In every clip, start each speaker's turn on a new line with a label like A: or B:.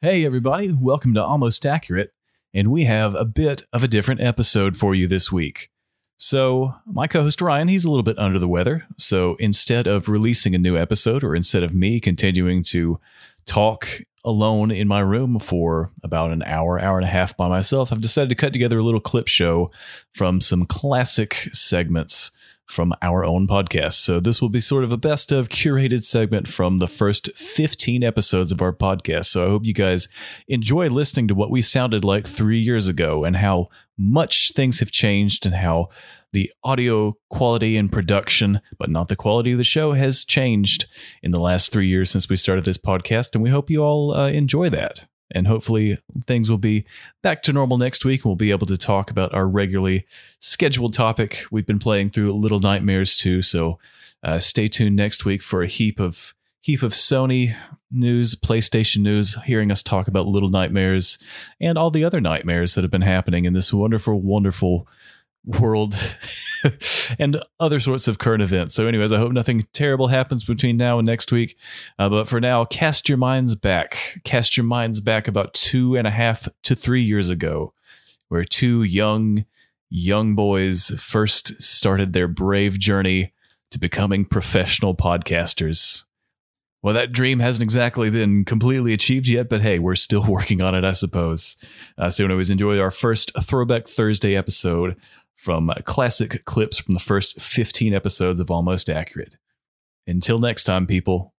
A: Hey, everybody, welcome to Almost Accurate, and we have a bit of a different episode for you this week. So, my co host Ryan, he's a little bit under the weather. So, instead of releasing a new episode, or instead of me continuing to talk alone in my room for about an hour, hour and a half by myself, I've decided to cut together a little clip show from some classic segments from our own podcast. So, this will be sort of a best of curated segment from the first 15 episodes of our podcast. So, I hope you guys enjoy listening to what we sounded like three years ago and how much things have changed and how the audio quality and production, but not the quality of the show, has changed in the last three years since we started this podcast. And we hope you all uh, enjoy that. And hopefully, things will be back to normal next week. We'll be able to talk about our regularly scheduled topic. We've been playing through Little Nightmares too, so uh, stay tuned next week for a heap of heap of Sony news, PlayStation news, hearing us talk about Little Nightmares and all the other nightmares that have been happening in this wonderful, wonderful world and other sorts of current events. So, anyways, I hope nothing terrible happens between now and next week. Uh, but for now, cast your minds back. Cast your minds back about two and a half to three years ago, where two young, young boys first started their brave journey to becoming professional podcasters. Well, that dream hasn't exactly been completely achieved yet, but hey, we're still working on it, I suppose. Uh, so, anyways, enjoy our first Throwback Thursday episode from uh, classic clips from the first 15 episodes of Almost Accurate. Until next time, people.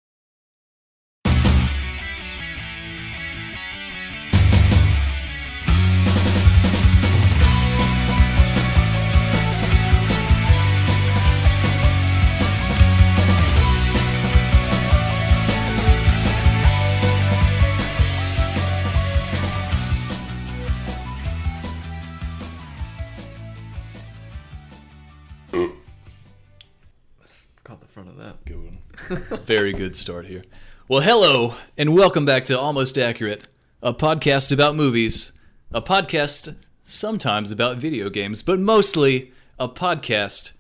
B: Caught the front of that.
A: Very good start here. Well, hello, and welcome back to Almost Accurate, a podcast about movies, a podcast sometimes about video games, but mostly a podcast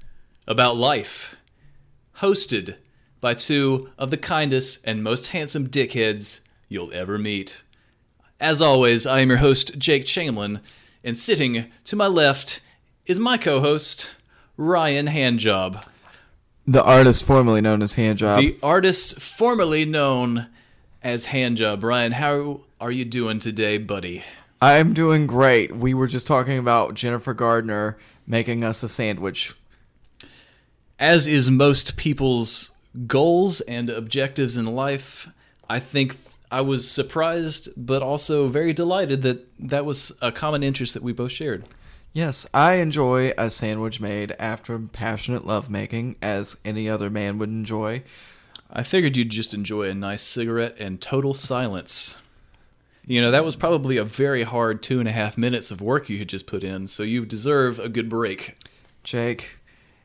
A: about life. Hosted by two of the kindest and most handsome dickheads you'll ever meet. As always, I am your host, Jake Chamberlain, and sitting to my left is my co host, Ryan Handjob.
B: The artist formerly known as Handjob.
A: The artist formerly known as Handjob. Brian, how are you doing today, buddy?
B: I'm doing great. We were just talking about Jennifer Gardner making us a sandwich.
A: As is most people's goals and objectives in life, I think I was surprised but also very delighted that that was a common interest that we both shared.
B: Yes, I enjoy a sandwich made after passionate lovemaking, as any other man would enjoy.
A: I figured you'd just enjoy a nice cigarette and total silence. You know, that was probably a very hard two and a half minutes of work you had just put in, so you deserve a good break.
B: Jake,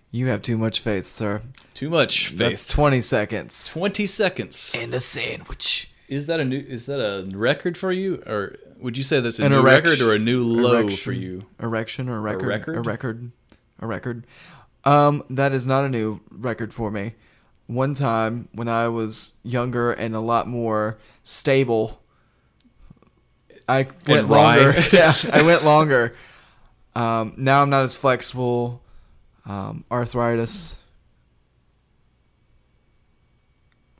B: you have too much faith, sir.
A: Too much faith.
B: That's 20 seconds.
A: 20 seconds.
B: And a sandwich.
A: Is that a new? Is that a record for you, or would you say that's a
B: An
A: new
B: erect-
A: record or a new low
B: erection-
A: for you?
B: Erection or record?
A: record?
B: A record. A record. Um, that is not a new record for me. One time when I was younger and a lot more stable, I went
A: wry.
B: longer. yeah, I went longer. Um, now I'm not as flexible. Um, arthritis.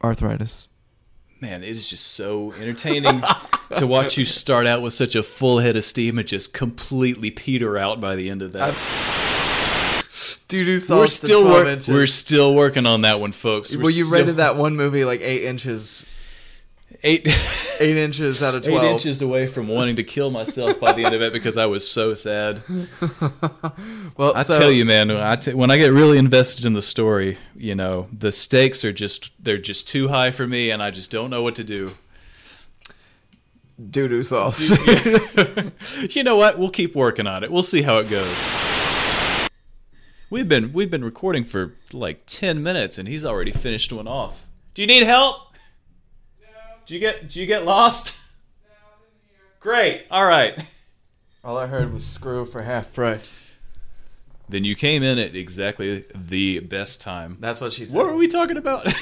B: Arthritis.
A: Man, it is just so entertaining to watch you start out with such a full head of steam and just completely peter out by the end of that.
B: Doo doo sauce.
A: we're
B: to
A: still
B: 12
A: wor-
B: inches.
A: we're still working on that one, folks. We're
B: Well, you
A: still-
B: rated that one movie like eight inches
A: eight
B: Eight inches out of
A: eight
B: twelve.
A: inches away from wanting to kill myself by the end of it because I was so sad.
B: Well,
A: I
B: so-
A: tell you, man, when I t- when I get really invested in the story, you know, the stakes are just they're just too high for me, and I just don't know what to do.
B: doo doo sauce.
A: you know what? We'll keep working on it. We'll see how it goes. We've been we've been recording for like ten minutes, and he's already finished one off. Do you need help? No. Do you get Do you get lost? No, I'm in here. Great. All right.
B: All I heard was screw for half price.
A: Then you came in at exactly the best time.
B: That's what she said.
A: What are we talking about?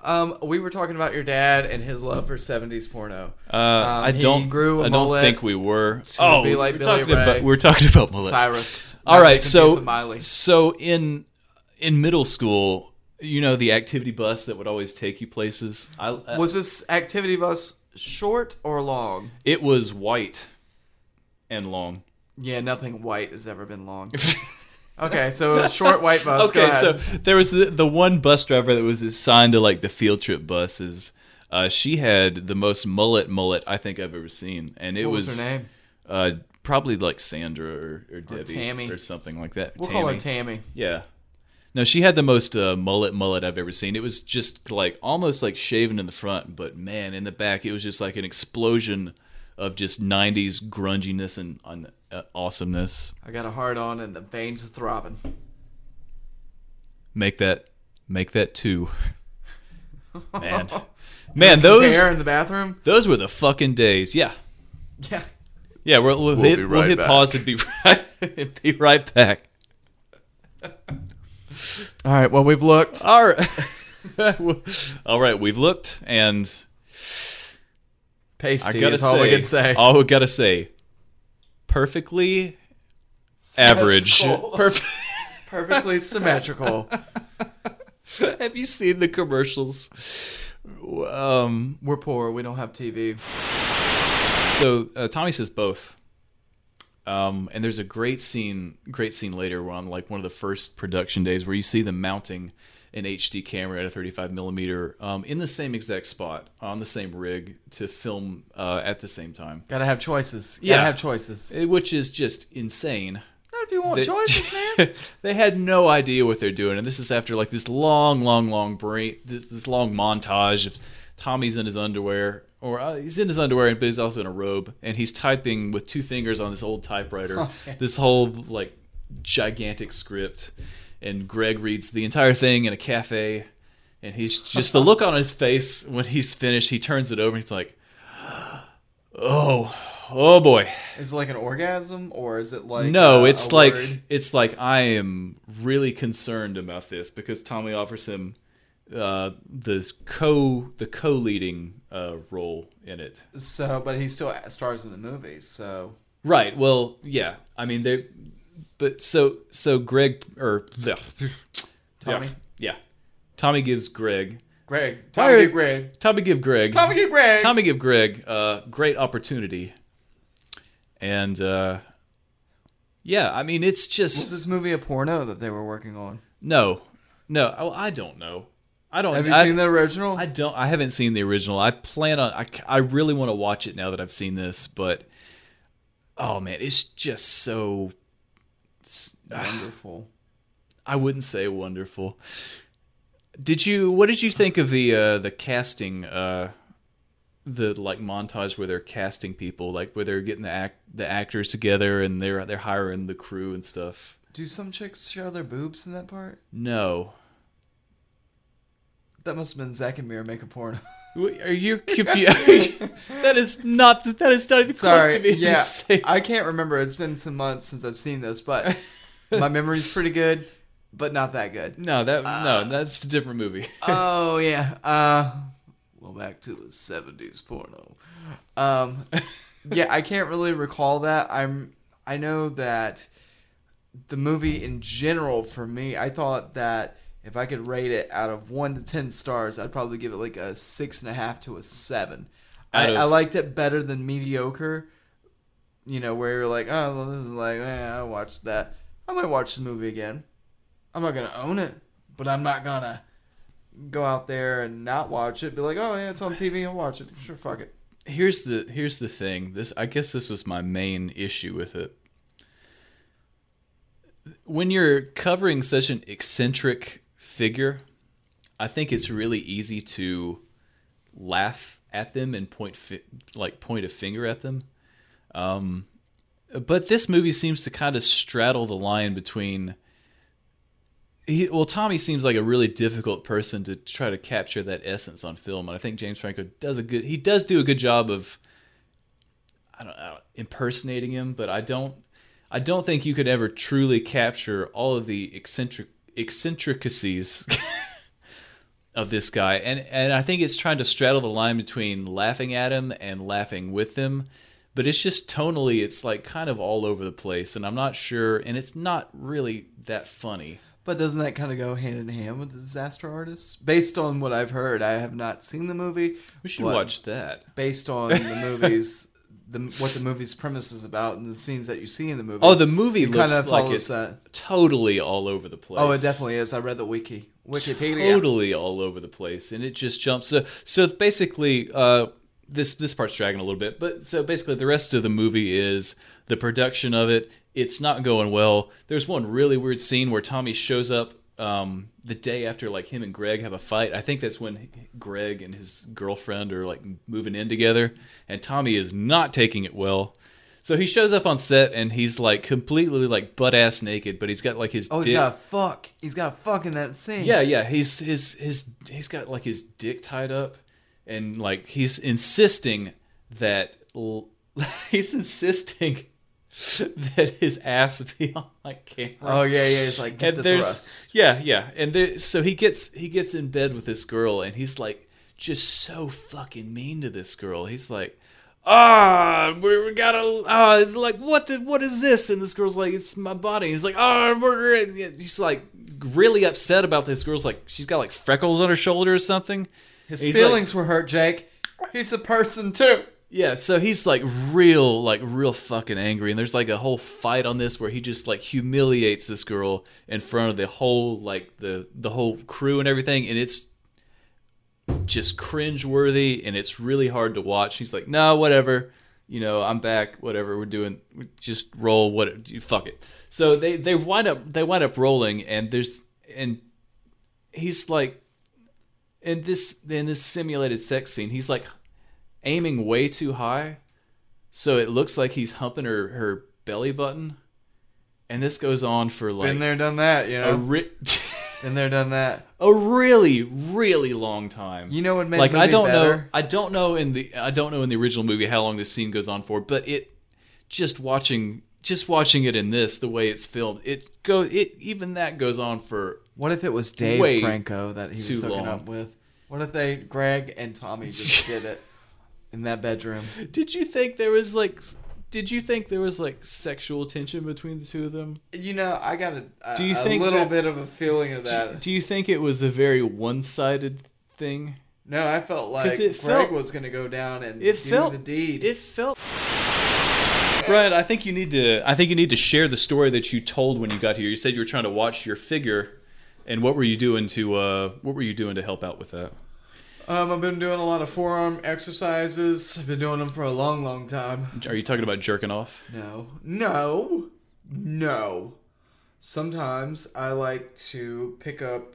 B: Um, we were talking about your dad and his love for '70s porno. Um,
A: Uh, I
B: he
A: don't.
B: grew a
A: I don't
B: mullet
A: think we were. Oh,
B: to be like
A: we're
B: Billy
A: talking about
B: Ray.
A: we're talking about mullets.
B: Cyrus.
A: All
B: Not
A: right,
B: to confuse
A: so
B: with Miley.
A: so in in middle school, you know the activity bus that would always take you places. I, uh, I-
B: Was this activity bus short or long?
A: it was white and long.
B: Yeah, nothing white has ever been long. okay, so it was short white bus. Go
A: okay, so
B: ahead.
A: there was the, the one bus driver that was assigned to like the field trip buses. Uh, she had the most mullet mullet I think I've ever seen, and it
B: what was, her name?
A: Uh, probably like Sandra or, or Debbie
B: Tammy.
A: or something like that.
B: We'll call her Tammy.
A: Yeah. No, she had the most uh, mullet mullet I've ever seen. It was just like almost like shaven in the front, but man, in the back, it was just like an explosion of just '90s grunginess and on, uh, awesomeness.
B: I got a hard on and the veins are throbbing.
A: Make that, make that two. Man, man, those
B: Hair in the bathroom.
A: those were the fucking days. Yeah,
B: Yeah.
A: yeah. We're, we'll, hit,
B: be
A: we'll
B: right
A: hit
B: back.
A: pause and be right, be right back.
B: All right. Well, we've looked.
A: All right, all right. We've looked and I
B: Pasty
A: gotta
B: is
A: say,
B: all we can say.
A: all we gotta say, perfectly average.
B: Symmetrical.
A: Perfect.
B: Perfectly symmetrical.
A: Have you seen the commercials? Um,
B: We're poor. We don't have TV.
A: so uh, Tommy says both. Um, and there's a great scene, great scene later where on like one of the first production days where you see them mounting an HD camera at a 35 millimeter um, in the same exact spot on the same rig to film uh, at the same time,
B: Gotta have choices. Gotta
A: Yeah.
B: have choices.
A: Eh, which is just insane.
B: Not if you want
A: They-
B: choices, man.
A: they had no idea what they're doing, and this is after like this long, long, long break, this this long montage of Tommy's in his underwear, or uh, he's in his underwear, but he's also in a robe, and he's typing with two fingers on this old typewriter, this whole like gigantic script, and Greg reads the entire thing in a cafe, and he's just the look on his face when he's finished, he turns it over, and he's like, oh, oh boy.
B: Is it like an orgasm or is it like
A: No,
B: uh,
A: it's
B: a
A: like
B: word?
A: it's like I am really concerned about this because Tommy offers him uh, the co the co leading uh, role in it.
B: so, but he still stars in the movie. So
A: Right. Well, yeah. I mean, they. But so so Greg or the
B: Tommy,
A: Yeah, yeah. Tommy gives Greg.
B: Greg, Tommy,
A: Alright.
B: get Greg,
A: Tommy give Greg.
B: Tommy, get Greg.
A: Tommy give Greg uh, great opportunity. And uh, yeah, I mean, it's just
B: Was this movie a porno that they were working on?
A: No, no, I, I don't know. I don't.
B: Have you
A: I,
B: seen the original?
A: I don't. I haven't seen the original. I plan on. I, c- I really want to watch it now that I've seen this, but oh man, it's just so. it's-
B: Wonderful.
A: I wouldn't say wonderful. Did you? What did you think of the uh, the casting? Uh, the like montage where they're casting people, like where they're getting the act the actors together and they're they're hiring the crew and stuff.
B: Do some chicks show their boobs in that part?
A: No,
B: That must have been Zach and Mir make a porno.
A: Wait, Are you confused? that is not that is not even close to
B: Sorry,
A: being
B: yeah,
A: safe.
B: I can't remember. It's been some months since I've seen this, but my memory's pretty good, but not that good.
A: no, that no, that's a different movie.
B: Oh yeah. Uh, well, back to the seventies porno. Um, yeah, I can't really recall that. I'm. I know that the movie in general for me, I thought that if I could rate it out of one to ten stars, I'd probably give it like a six and a half to a seven. I,
A: Out of-
B: I liked it better than mediocre. You know, where you're like, oh, well, this is like, eh, I watched that. I might watch the movie again. I'm not gonna own it, but I'm not gonna go out there and not watch it. Be like, oh yeah, it's on TV. I'll watch it. Sure, fuck it.
A: here's the here's the thing this i guess this was my main issue with it when you're covering such an eccentric figure i think it's really easy to laugh at them and point fi- like point a finger at them um but this movie seems to kind of straddle the line between he, well, Tommy seems like a really difficult person to try to capture that essence on film, and I think James Franco does a good. He does do a good job of, I don't, I don't impersonating him, but I don't, I don't think you could ever truly capture all of the eccentric eccentricities of this guy, and and I think it's trying to straddle the line between laughing at him and laughing with him. But it's just tonally, it's like kind of all over the place, and I'm not sure, and it's not really that funny.
B: But doesn't that kind of go hand in hand with the disaster artist? Based on what I've heard, I have not seen the movie.
A: We should
B: but
A: watch that.
B: Based on the movies, the what the movie's premise is about and the scenes that you see in the movie.
A: Oh, the movie
B: It
A: looks
B: kinda
A: like
B: follows
A: it's
B: that.
A: totally all over the place.
B: Oh, it definitely is. I read the wiki, Wikipedia.
A: totally all over the place, and it just jumps. So, so basically, uh, this this part's dragging a little bit, but so basically, the rest of the movie is the production of it. It's not going well. There's one really weird scene where Tommy shows up um, the day after, like him and Greg have a fight. I think that's when Greg and his girlfriend are like moving in together, and Tommy is not taking it well. So he shows up on set and he's like completely like butt ass naked, but he's got like his
B: Oh, he's
A: dick
B: got a fuck. He's got a fuck in that scene.
A: yeah, yeah. He's his his he's got like his dick tied up, and like he's insisting that l- he's insisting that his ass be on like camera.
B: Oh yeah, yeah. It's like get
A: and
B: the
A: there's
B: thrust.
A: yeah, yeah. And there, so he gets he gets in bed with this girl, and he's like just so fucking mean to this girl. He's like. Ah, we we gotta. Ah, it's like what the what is this? And this girl's like, it's my body. He's like, ah, we're. and He's like really upset about this girl's like she's got like freckles on her shoulder or something.
B: His
A: He's like-
B: feelings were hurt, Jake. He's a person too.
A: yeah, so he's like real, like real fucking angry, and there's like a whole fight on this where he just like humiliates this girl in front of the whole like the the whole crew and everything, and it's just cringeworthy and it's really hard to watch. He's like, no, whatever, you know, I'm back, whatever, we're doing, we just roll, what, you fuck it. So they they wind up they wind up rolling, and there's and he's like, in this in this simulated sex scene, he's like aiming way too high, so it looks like he's humping her her belly button, and this goes on for like
B: Been there, done that. You
A: a
B: know.
A: ri-
B: Been there, done that.
A: a really really long time.
B: You know what made
A: like
B: the
A: I
B: movie
A: don't know
B: better?
A: I don't know in the I don't know in the original movie how long this scene goes on for, but it just watching just watching it in this the way it's filmed it go it even that goes on for
B: What if it was Dave
A: Way
B: Franco that he was
A: too
B: hooking
A: long.
B: up with? What if they, Greg and Tommy, just did it in that bedroom?
A: did you think there was like did you think there was like sexual tension between the two of them
B: You know, I got a, a,
A: Do you
B: a
A: think
B: little
A: that-
B: bit of a feeling of that.
A: do you think it was a very one-sided thing
B: no, I felt like
A: 'Cause
B: Greg
A: it felt-
B: was going to go down and
A: it
B: do
A: felt
B: the deed.
A: It felt. Brian, I think you need to. I think you need to share the story that you told when you got here. You said you were trying to watch your figure, and what were you doing to? Uh, what were you doing to help out with that?
B: um, I've been doing a lot of forearm exercises. I've been doing them for a long, long time.
A: Are you talking about jerking off?
B: No, no, no. Sometimes I like to pick up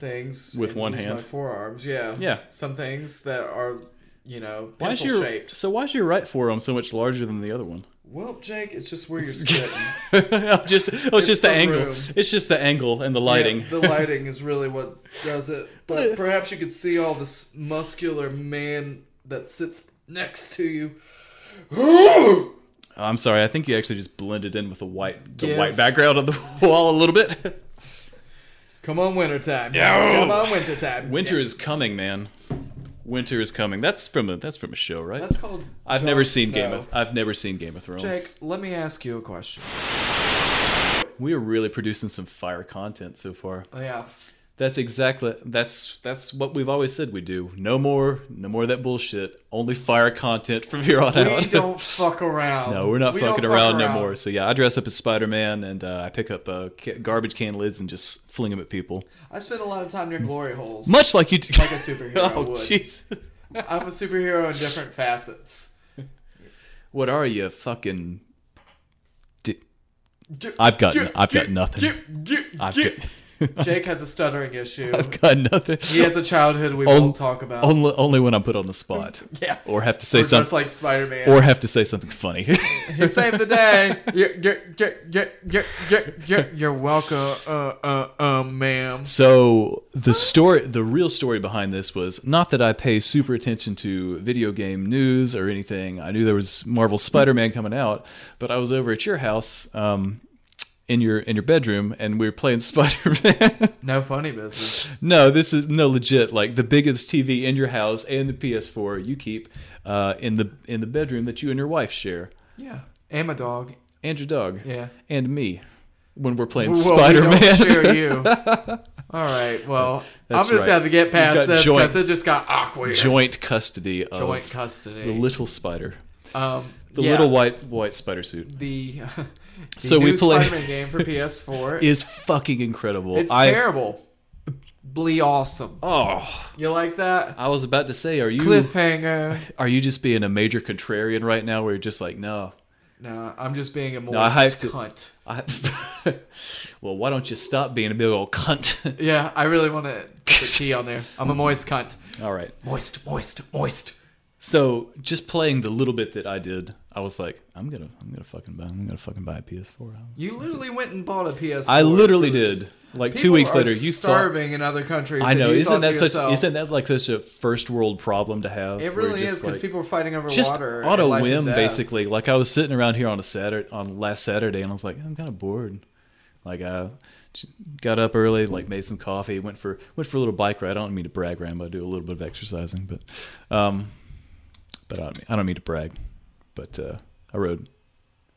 B: things
A: With
B: and
A: one
B: use
A: hand?
B: My forearms, yeah,
A: Yeah.
B: Some things that are, you know,
A: Why
B: pencil
A: is your
B: shaped.
A: so? Why is your right forearm so much larger than the other one?
B: Well, Jake, it's just where you're sitting.
A: I'm just oh, it's, just the,
B: the
A: angle.
B: room.
A: It's just the angle and the lighting.
B: Yeah, the lighting is really what does it. But perhaps you could see all this muscular man that sits next to you.
A: I'm sorry. I think you actually just blended in with the white the
B: Give-
A: white background of the wall a little bit.
B: Come on, wintertime. Come on, wintertime.
A: Winter
B: Yeah.
A: is coming, man. Winter is coming. That's from a that's from a show, right?
B: That's called.
A: I've
B: Jon
A: never seen
B: Snow.
A: Game of I've never seen Game of Thrones.
B: Jake, let me ask you a question.
A: We are really producing some fire content so far.
B: Oh, yeah.
A: That's exactly that's that's what we've always said we do. No more, no more of that bullshit. Only fire content from here on
B: We
A: out.
B: don't fuck around.
A: no, we're not
B: We don't
A: fucking
B: fuck
A: around, no more. So yeah, I dress up as Spider Man and uh, I pick up uh, ca- garbage can lids and just fling them at people,
B: I spend a lot of time near glory holes.
A: much like you do.
B: Like a superhero
A: oh
B: would.
A: jeez,
B: I'm a superhero in different facets.
A: what are you fucking? Di-
B: Ju-
A: I've got
B: ju-
A: n- I've got
B: ju-
A: nothing.
B: ju- ju-
A: I've
B: ju-
A: got,
B: Jake has a stuttering issue.
A: I've got nothing.
B: He has a childhood we
A: On-
B: won't talk about.
A: Only, only when I'm put on the spot.
B: Yeah.
A: Or have to say
B: We're just
A: something.
B: like Spider Man.
A: or have to say something funny.
B: He saved the day. You're, you're, you're, you're, you're, you're, you're, you're welcome, uh, uh, uh, ma'am.
A: so the story, the real story behind this was not that I pay super attention to video game news or anything. I knew there was Marvel Spider-Man coming out, but I was over at your house. Um, in your in your bedroom, and we were playing Spider Man.
B: No funny business.
A: no, this is no legit. Like the biggest TV in your house and the PS4 you keep uh, in the in the bedroom that you and your wife share.
B: Yeah. And my dog.
A: and your dog.
B: Yeah.
A: And me when we're playing
B: Well, we
A: Spider
B: don't
A: Man.
B: share you. All right. Well,
A: That's
B: I'm just
A: right.
B: have to get
A: You've got
B: past this
A: joint-
B: because it just got awkward.
A: Joint custody of
B: Joint
A: the
B: custody.
A: little spider.
B: um,
A: The
B: yeah,
A: little white white spider suit
B: The, the
A: So we
B: new
A: play-
B: Spider-Man game for PS4.
A: is fucking incredible.
B: it's
A: I,
B: terrible. Blee awesome.
A: Oh,
B: You like that?
A: I was about to say, are you
B: Cliffhanger.
A: are you just being a major contrarian right now? Where you're just like, no,
B: No, I'm just being a moist
A: I hyped it.
B: cunt.
A: I. well, why don't you stop being a big old cunt?
B: Yeah, I really want to put the T on there. I'm a moist cunt.
A: All right.
B: Moist, moist, moist.
A: So just playing the little bit that I did, I was like, I'm gonna, I'm gonna fucking buy, I'm gonna fucking buy a PS4.
B: You literally went and bought a PS.
A: I literally did. Like two weeks later, you thought
B: starving in other countries.
A: I
B: and
A: know.
B: you
A: Isn't
B: thought
A: that
B: to
A: such?
B: yourself,
A: Isn't that like such a first world problem to have?
B: It
A: where
B: really
A: just,
B: is because
A: like,
B: people are fighting over
A: just
B: water. and
A: auto
B: life and
A: whim,
B: death.
A: basically. Like I was sitting around here on a Saturday, on last Saturday, and I was like, I'm kind of bored. Like I j- got up early, like made some coffee, went for went for a little bike ride. I don't mean to brag, Rambo. I do a little bit of exercising, but um, but I don't mean, I don't mean to brag. But uh, I rode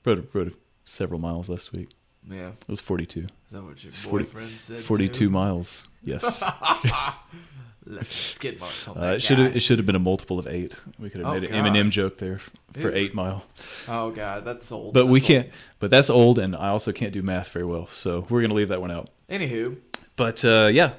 A: rode rode several miles last week.
B: Yeah, is
A: It was 42.
B: that what your
A: 40
B: boyfriend said? Oh
A: 42 miles. Yes.
B: Left skid marks on
A: Uh,
B: that
A: it should have
B: guy.
A: it should have been a multiple of eight. We could have
B: Oh,
A: made
B: God.
A: an Eminem joke there f- for
B: Ew.
A: eight mile,
B: Oh god, that's old.
A: but we
B: That's old.
A: can't. But that's old, and I also can't do math very well, so we're gonna leave that one out.
B: Anywho,
A: But uh, yeah,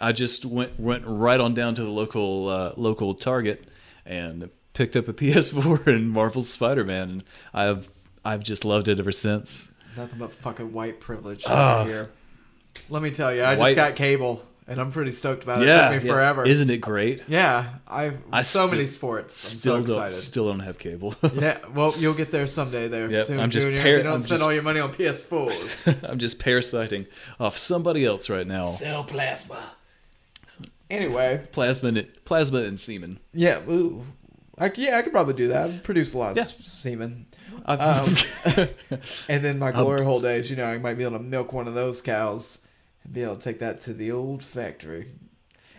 A: I just went went right on down to the local uh, local Target and picked up a PS4 and Marvel's Spider Man, and I've I've just loved it ever since.
B: nothing but fucking white privilege over here. Let me tell you, I
A: Ah. White-
B: just got cable, and I'm pretty stoked about it.
A: yeah,
B: it took me
A: yeah.
B: forever.
A: Isn't it great?
B: Yeah, I've
A: I
B: so
A: sti-
B: many sports. I'm
A: still
B: so
A: don't
B: excited.
A: still don't have cable.
B: yeah, well, you'll get there someday, there
A: Yep,
B: soon,
A: I'm just
B: Junior.
A: par-
B: if you don't
A: I'm
B: spend
A: just-
B: all your money on PS4s,
A: I'm just parasiting off somebody else right now.
B: sell plasma. Anyway,
A: Plasma, and- plasma and semen.
B: yeah, ooh, I, c- yeah, I could probably do that. I produce a lot of s- semen,
A: I've-
B: Um, and then
A: Um,
B: my glory hole days, you know, I might be able to milk one of those cows and be able to take that to the old factory.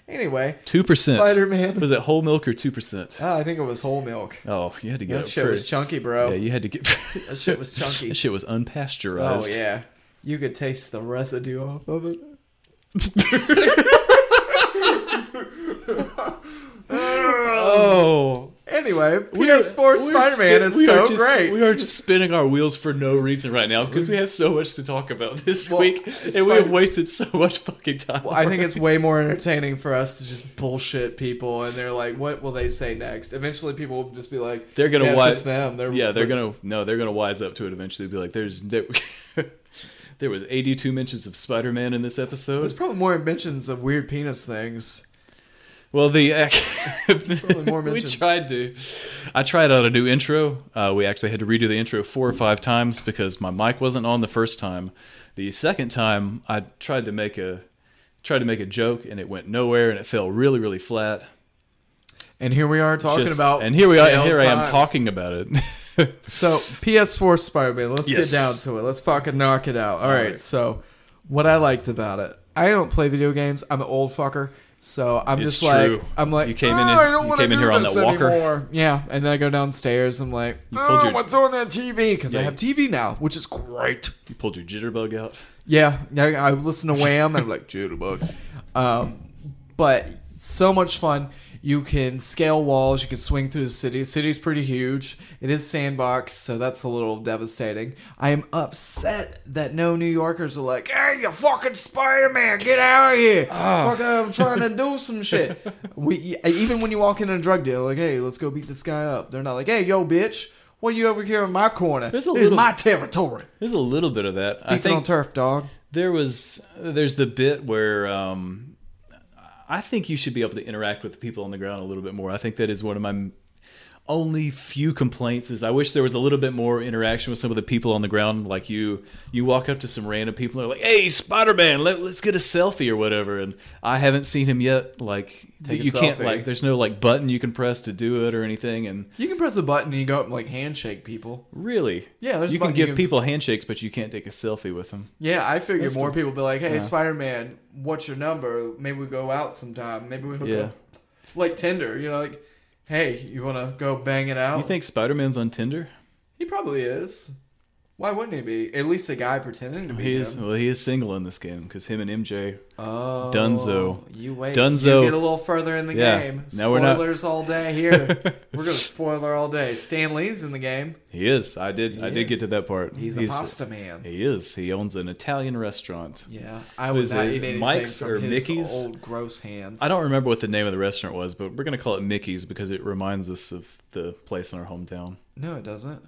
B: Anyway,
A: Two percent.
B: Spider-Man.
A: Was it whole milk or two percent?
B: Ah, I think it was whole milk.
A: Oh, you had to get
B: That
A: it
B: shit was
A: pretty-
B: chunky, bro.
A: Yeah, you had to get.
B: That shit was chunky.
A: that shit was
B: Oh
A: unpasteurized.
B: yeah, you could taste the residue off of it.
A: Oh,
B: Anyway, PS4
A: we're
B: Spider-Man
A: spin-
B: is
A: we
B: so
A: are just-
B: great.
A: We are just spinning our wheels for no reason right now because we have so much to talk about this
B: Well,
A: week, and we
B: Spider-
A: have wasted so much fucking time.
B: I think it's way more entertaining for us to just bullshit people, and they're like, "What will they say next?" Eventually, people will just be like,
A: they're gonna
B: yeah, it's
A: wise
B: just them. They're,
A: yeah, they're gonna no, they're gonna wise up to it eventually. Be like, there's there, there was 82 mentions of Spider-Man in this
B: There's
A: episode.
B: probably more mentions of weird penis things.
A: Well, the
B: more
A: we
B: mentions.
A: tried to. I tried out a new intro. Uh, we actually had to redo the intro four or five times because my mic wasn't on the first time. The second time, I tried to make a tried to make a joke and it went nowhere and it fell really really flat.
B: And here we are talking
A: Just-
B: about.
A: and here we are. And
B: failed
A: here I am
B: times.
A: talking about it.
B: So PS4 Spider-Man. Let's
A: Yes.
B: get down to it. Let's fucking knock it out. All right. So what I liked about it, I don't play video games. I'm an old fucker. So I'm
A: It's
B: just like
A: true.
B: I'm like
A: You came in
B: "Oh,
A: and-
B: I don't
A: you
B: wanna
A: came in
B: do
A: here on
B: this
A: that walker."
B: anymore." Yeah, and then I go downstairs. I'm like,
A: pulled
B: oh,
A: your-
B: what's on that TV? Because I
A: Yeah.
B: have TV now, which is great.
A: You pulled your jitterbug out.
B: Yeah, I, I listen to Wham and I'm like Jitterbug, um, but so much fun. You can scale walls. You can swing through the city. The city's pretty huge. It is sandbox, so that's a little devastating. I am upset that no New Yorkers are like, "Hey, you fucking Spider Man, get out of here!
A: Ah.
B: Fucking, I'm trying to do some shit." We even when you walk in a drug deal, like, "Hey, let's go beat this guy up." They're not like, "Hey, yo, bitch, what you over here in my corner?
A: There's
B: This
A: a
B: is
A: little-
B: my territory."
A: There's a little bit of that. I
B: Beefing on
A: think
B: turf, dog.
A: there was there's the bit where um, I think you should be able to interact with the people on the ground a little bit more. I think that is one of my only few complaints is I wish there was a little bit more interaction with some of the people on the ground. Like you, you walk up to some random people and are like, "Hey, Spider Man, let, us get a selfie or whatever." And I haven't seen him yet. Like
B: Take a
A: you can't
B: selfie.
A: like there's no like button you can press to do it or anything. And
B: You can press a button and you go up and like handshake people.
A: really,
B: Yeah, there's a
A: you can
B: button
A: give
B: you can-
A: people handshakes, but you can't take a selfie with them.
B: Yeah, I figure more people be like, "Hey, Spider Man, what's your number? Maybe we go out sometime. Maybe we hook
A: Yeah.
B: up, like Tinder. You know, like, hey, you wanna go bang it out?
A: You think Spider Man's on Tinder?
B: he probably is? Why wouldn't he be? At least a guy pretending to be
A: He is
B: him.
A: well. He is single in this game because him and MJ
B: Oh,
A: Dunzo.
B: You wait.
A: Dunzo.
B: You get a little further in the
A: Yeah.
B: game. Spoilers
A: No, we're not-
B: all day here. we're gonna spoiler all day. Stan Lee's in the game.
A: He is. I did. I did
B: is.
A: get to that part.
B: He's, a pasta man.
A: He is. He owns an Italian restaurant.
B: yeah, I
A: What
B: would
A: is
B: not
A: it?
B: eat anything
A: Mike's
B: from
A: or
B: his
A: Mickey's?
B: old gross hands.
A: I don't remember what the name of the restaurant was, but we're gonna call it Mickey's because it reminds us of the place in our hometown.
B: No, it doesn't.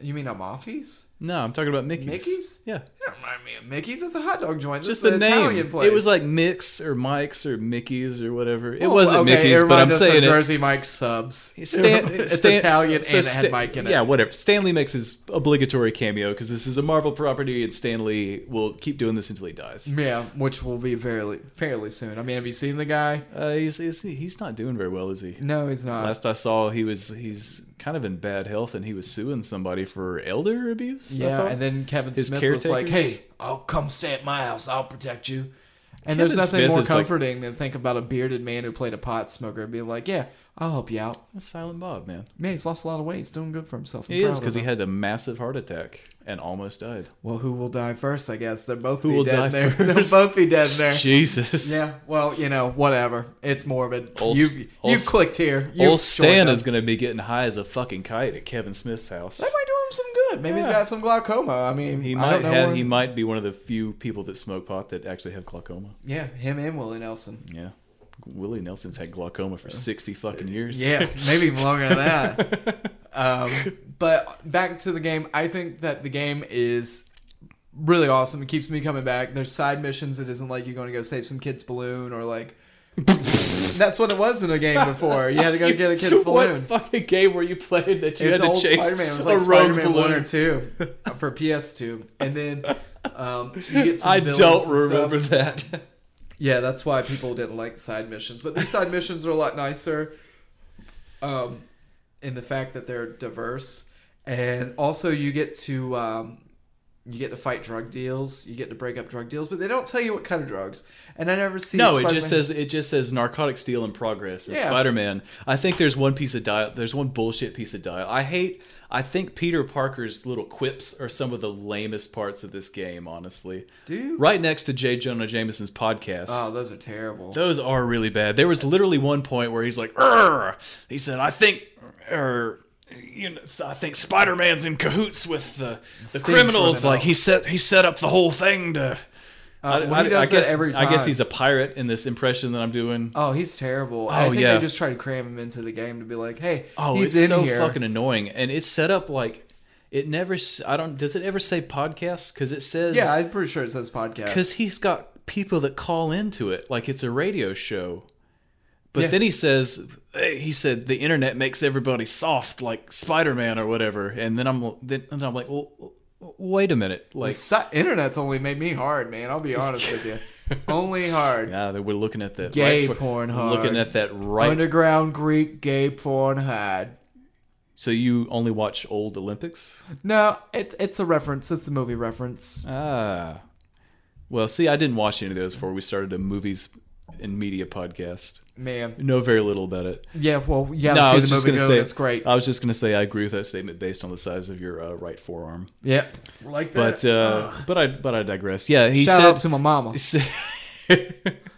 B: You mean Amalfi's?
A: No, I'm talking about Mickey's.
B: Mickey's?
A: Yeah.
B: Yeah, I mean Mickey's is a hot dog joint.
A: Just
B: This
A: the
B: is an
A: name.
B: Italian place.
A: It was like Mix or Mike's or Mickey's or whatever. It
B: Oh,
A: wasn't
B: okay,
A: Mickey's,
B: it
A: but I'm
B: reminded us of
A: saying it.
B: Jersey Mike's subs.
A: Stan-
B: it's
A: Stan-
B: Italian
A: so
B: and it
A: Stan-
B: had Mike in it.
A: Yeah, whatever. Stanley makes his obligatory cameo because this is a Marvel property, and Stanley will keep doing this until he dies.
B: yeah, which will be fairly fairly soon. I mean, have you seen the guy?
A: Uh, he's, he's he's not doing very well, is he?
B: No, he's not.
A: Last I saw, he was he's kind of in bad health, and he was suing somebody for elder abuse. I
B: yeah,
A: thought.
B: and then Kevin
A: His
B: Smith was like,
A: caretakers?
B: "Hey, I'll come stay at my house. I'll protect you."
A: Kevin
B: And there's nothing
A: Smith
B: more
A: is like-
B: comforting than think about a bearded man who played a pot smoker and be like, "Yeah, I'll help you out."
A: That's Silent Bob, man,
B: Man, he's lost a lot of weight. He's doing good for himself. I'm
A: he is
B: proud of
A: because he
B: him.
A: had a massive heart attack and almost died.
B: Well, who will die first? I guess they're both
A: Who
B: be
A: will
B: dead
A: die
B: in there. they They'll
A: first?
B: both be dead in there.
A: Jesus.
B: Yeah. Well, you know, whatever. It's morbid.
A: Old-
B: you've
A: old-
B: you've clicked here. You've
A: Old Stan
B: joined
A: is
B: us.
A: going to be getting high as a fucking kite at Kevin Smith's house.
B: That might do him some good. Maybe he's got some glaucoma. I mean,
A: He
B: I
A: might
B: don't know.
A: have,
B: where-
A: he might be one of the few people that smoke pot that actually have glaucoma.
B: Yeah, him and Willie Nelson.
A: Yeah. Willie Nelson's had glaucoma for 60 fucking years.
B: Yeah, maybe even longer than that. Um, but back to the game. I think that the game is really awesome. It keeps me coming back. There's side missions. It isn't like you're going to go save some kid's balloon or like. That's what it was in a game before. You had to go get a kid's
A: What
B: balloon.
A: fucking game were you playing that you
B: It's
A: had
B: old
A: to chase
B: Spider-Man. It was
A: a
B: like
A: rogue
B: Spider-Man
A: balloon?
B: One or Two uh, for PS2, and then um, you get some.
A: I
B: villains
A: don't
B: and stuff.
A: remember that.
B: Yeah, that's why people didn't like side missions. But these side missions are a lot nicer um, in the fact that they're diverse. And also you get to um, you get to fight drug deals, you get to break up drug deals, but they don't tell you what kind of drugs. And I never see
A: No, it
B: Spider-Man-
A: just says it just says narcotic deal in progress. And
B: Yeah.
A: Spider-Man. I think there's one piece of dial. There's one bullshit piece of dial. I hate. I think Peter Parker's little quips are some of the lamest parts of this game. Honestly,
B: Do you?
A: right next to J. Jonah Jameson's podcast.
B: Oh, those are terrible.
A: Those are really bad. There was literally one point where he's like, "Urgh." he said, "I think, or you know, so I think Spider Man's in cahoots with the, the
B: Sting's
A: criminals.
B: running
A: Like
B: out.
A: he set he set up the whole thing to." I,
B: well, he
A: I-
B: does
A: I
B: that
A: guess
B: every
A: I guess
B: time.
A: he's a pirate in this impression that I'm doing.
B: Oh, he's terrible. I
A: Oh,
B: think
A: yeah.
B: they just try to cram him into the game to be like, "Hey,
A: Oh,
B: he's
A: it's
B: in
A: so
B: here."
A: fucking annoying, and it's set up like it never. s- I don't. Does it ever say podcast? Because it says
B: yeah, I'm pretty sure it says podcast.
A: because he's got people that call into it like it's a radio show but
B: Yeah.
A: then he says eh, he said the internet makes everybody soft like spider-man or whatever and then i'm then, and i'm like well w- wait a minute like
B: Si- internet's only made me hard, man. I'll be honest with you. Only hard.
A: yeah they we're looking at that
B: Gay
A: right, fo-
B: porn
A: we're
B: hard.
A: looking at that right
B: Underground Greek gay porn hide.
A: so you only watch old olympics
B: No, it, it's a reference. It's a movie
A: Uh,
B: reference.
A: ah well see i didn't watch any of those before we started a movies and media podcast.
B: man.
A: Know very little about it.
B: Yeah, well, yeah.
A: no, I was
B: the
A: just
B: movie
A: gonna
B: go,
A: say uh,
B: it's great.
A: I was just gonna say I agree with that statement based on the size of your uh, right forearm.
B: yep, like that.
A: But uh, but I but I digress. Yeah, he
B: Ah. Shout
A: said,
B: out to my mama.
A: he said,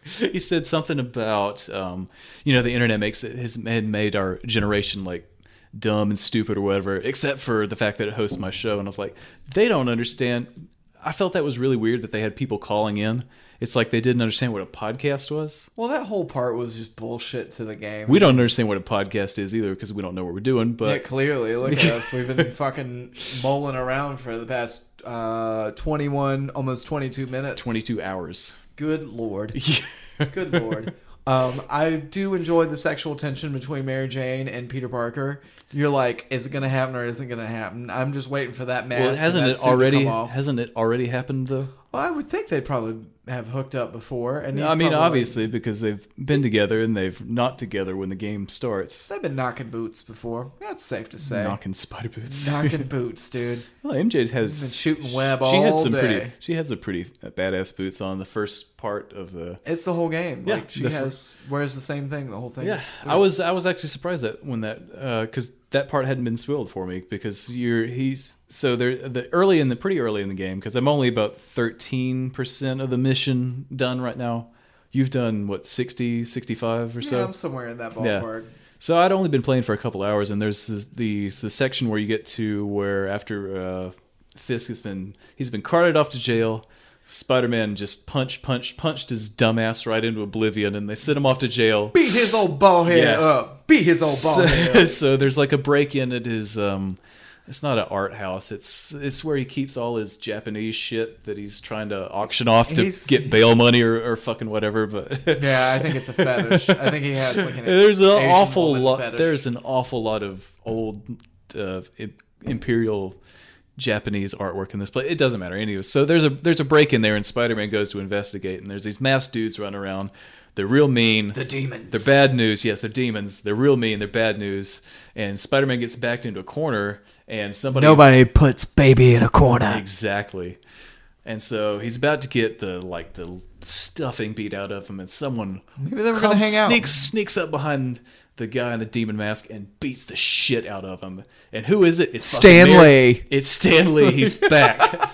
A: he said something about um, you know the internet makes it has had made our generation like dumb and stupid or whatever, except for the fact that it hosts my show. And I was like, they don't understand. I felt that was really weird that they had people calling in. It's like they didn't understand what a podcast was.
B: Well, that whole part was just bullshit to the game.
A: We don't understand what a podcast is either because we don't know what we're doing.
B: yeah,
A: But
B: clearly, look at us. We've been fucking bowling around for the past uh, 21, almost 22 minutes.
A: 22 hours.
B: Good lord. Good lord. Um, I do enjoy the sexual tension between Mary Jane and Peter Parker. You're like, is it gonna happen or isn't it gonna happen? I'm just waiting for that mask.
A: Well,
B: and
A: hasn't
B: that
A: it
B: suit to
A: already
B: come off.
A: hasn't it already happened though?
B: well, I would think they'd probably have hooked up before. And he's
A: I mean,
B: probably-
A: obviously because they've been together and they've not together when the game starts.
B: they've been knocking boots before. That's safe to say.
A: Knocking spider boots.
B: knocking boots, dude.
A: well, MJ
B: Been
A: has
B: shooting web all
A: she had some
B: day.
A: pretty she has a pretty badass boots on the first part of the
B: It's the whole game.
A: Yeah,
B: like she
A: the fir-
B: has wears the same thing the whole thing.
A: Yeah, I was I was actually surprised that when that because that part hadn't been spoiled for me because you're he's so they're the early in the pretty early in the game because I'm only about thirteen percent of the mission done right now. You've done what 60, 65 or
B: Yeah,
A: so.
B: I'm somewhere in that
A: Yeah.
B: ballpark.
A: So I'd only been playing for a couple hours, and there's this, the the section where you get to where after uh, Fisk has been he's been carted off to jail. Spider Man just punched, punched, punched his dumbass right into oblivion, and they sent him off to jail.
B: Beat his old ball head
A: Yeah.
B: up. Beat his old ball head
A: So,
B: up.
A: so there's like a break in at his um it's not an art house. It's it's where he keeps all his Japanese shit that he's trying to auction off to
B: He's-
A: get bail money or, or fucking whatever. But
B: Yeah, I think it's a fetish. I think he has like an
A: there's an
B: Asian
A: awful
B: woman
A: lot.
B: fetish.
A: There's an awful lot of old uh, im- imperial Japanese artwork in this place. It doesn't matter anyway. So there's a there's a break in there, and Spider-Man goes to investigate, and there's these masked dudes running around. They're real mean.
B: the demons.
A: They're bad news. Yes, they're demons. They're real mean. They're bad news. And Spider Man gets backed into a corner, and somebody.
B: Nobody puts baby in a corner.
A: Exactly. And so he's about to get the like the stuffing beat out of him, and someone
B: Maybe they were gonna hang out.
A: sneaks sneaks up behind the guy in the demon mask and beats the shit out of him. And who is it? It's fucking
B: Stan
A: Mary-
B: Lee.
A: It's Stanley. He's back.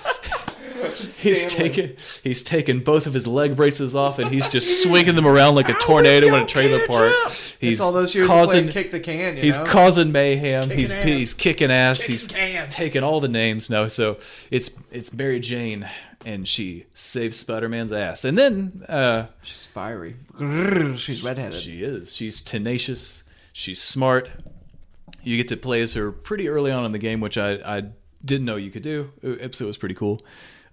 A: he's taking he's taking both of his leg braces off, and he's just swinging them around like a tornado in a trailer park. He's
B: It's all those years of
A: causing
B: playing kick the can. You
A: he's
B: know?
A: causing mayhem. he's
B: ass.
A: he's kicking ass. he's
B: cans.
A: taking all the names now. So it's it's Mary Jane, and she saves Spider Man's ass. And then uh,
B: She's fiery. She's redheaded.
A: she is. She's tenacious. She's smart. You get to play as her pretty early on in the game, which I, I didn't know you could do. Ipso was pretty cool.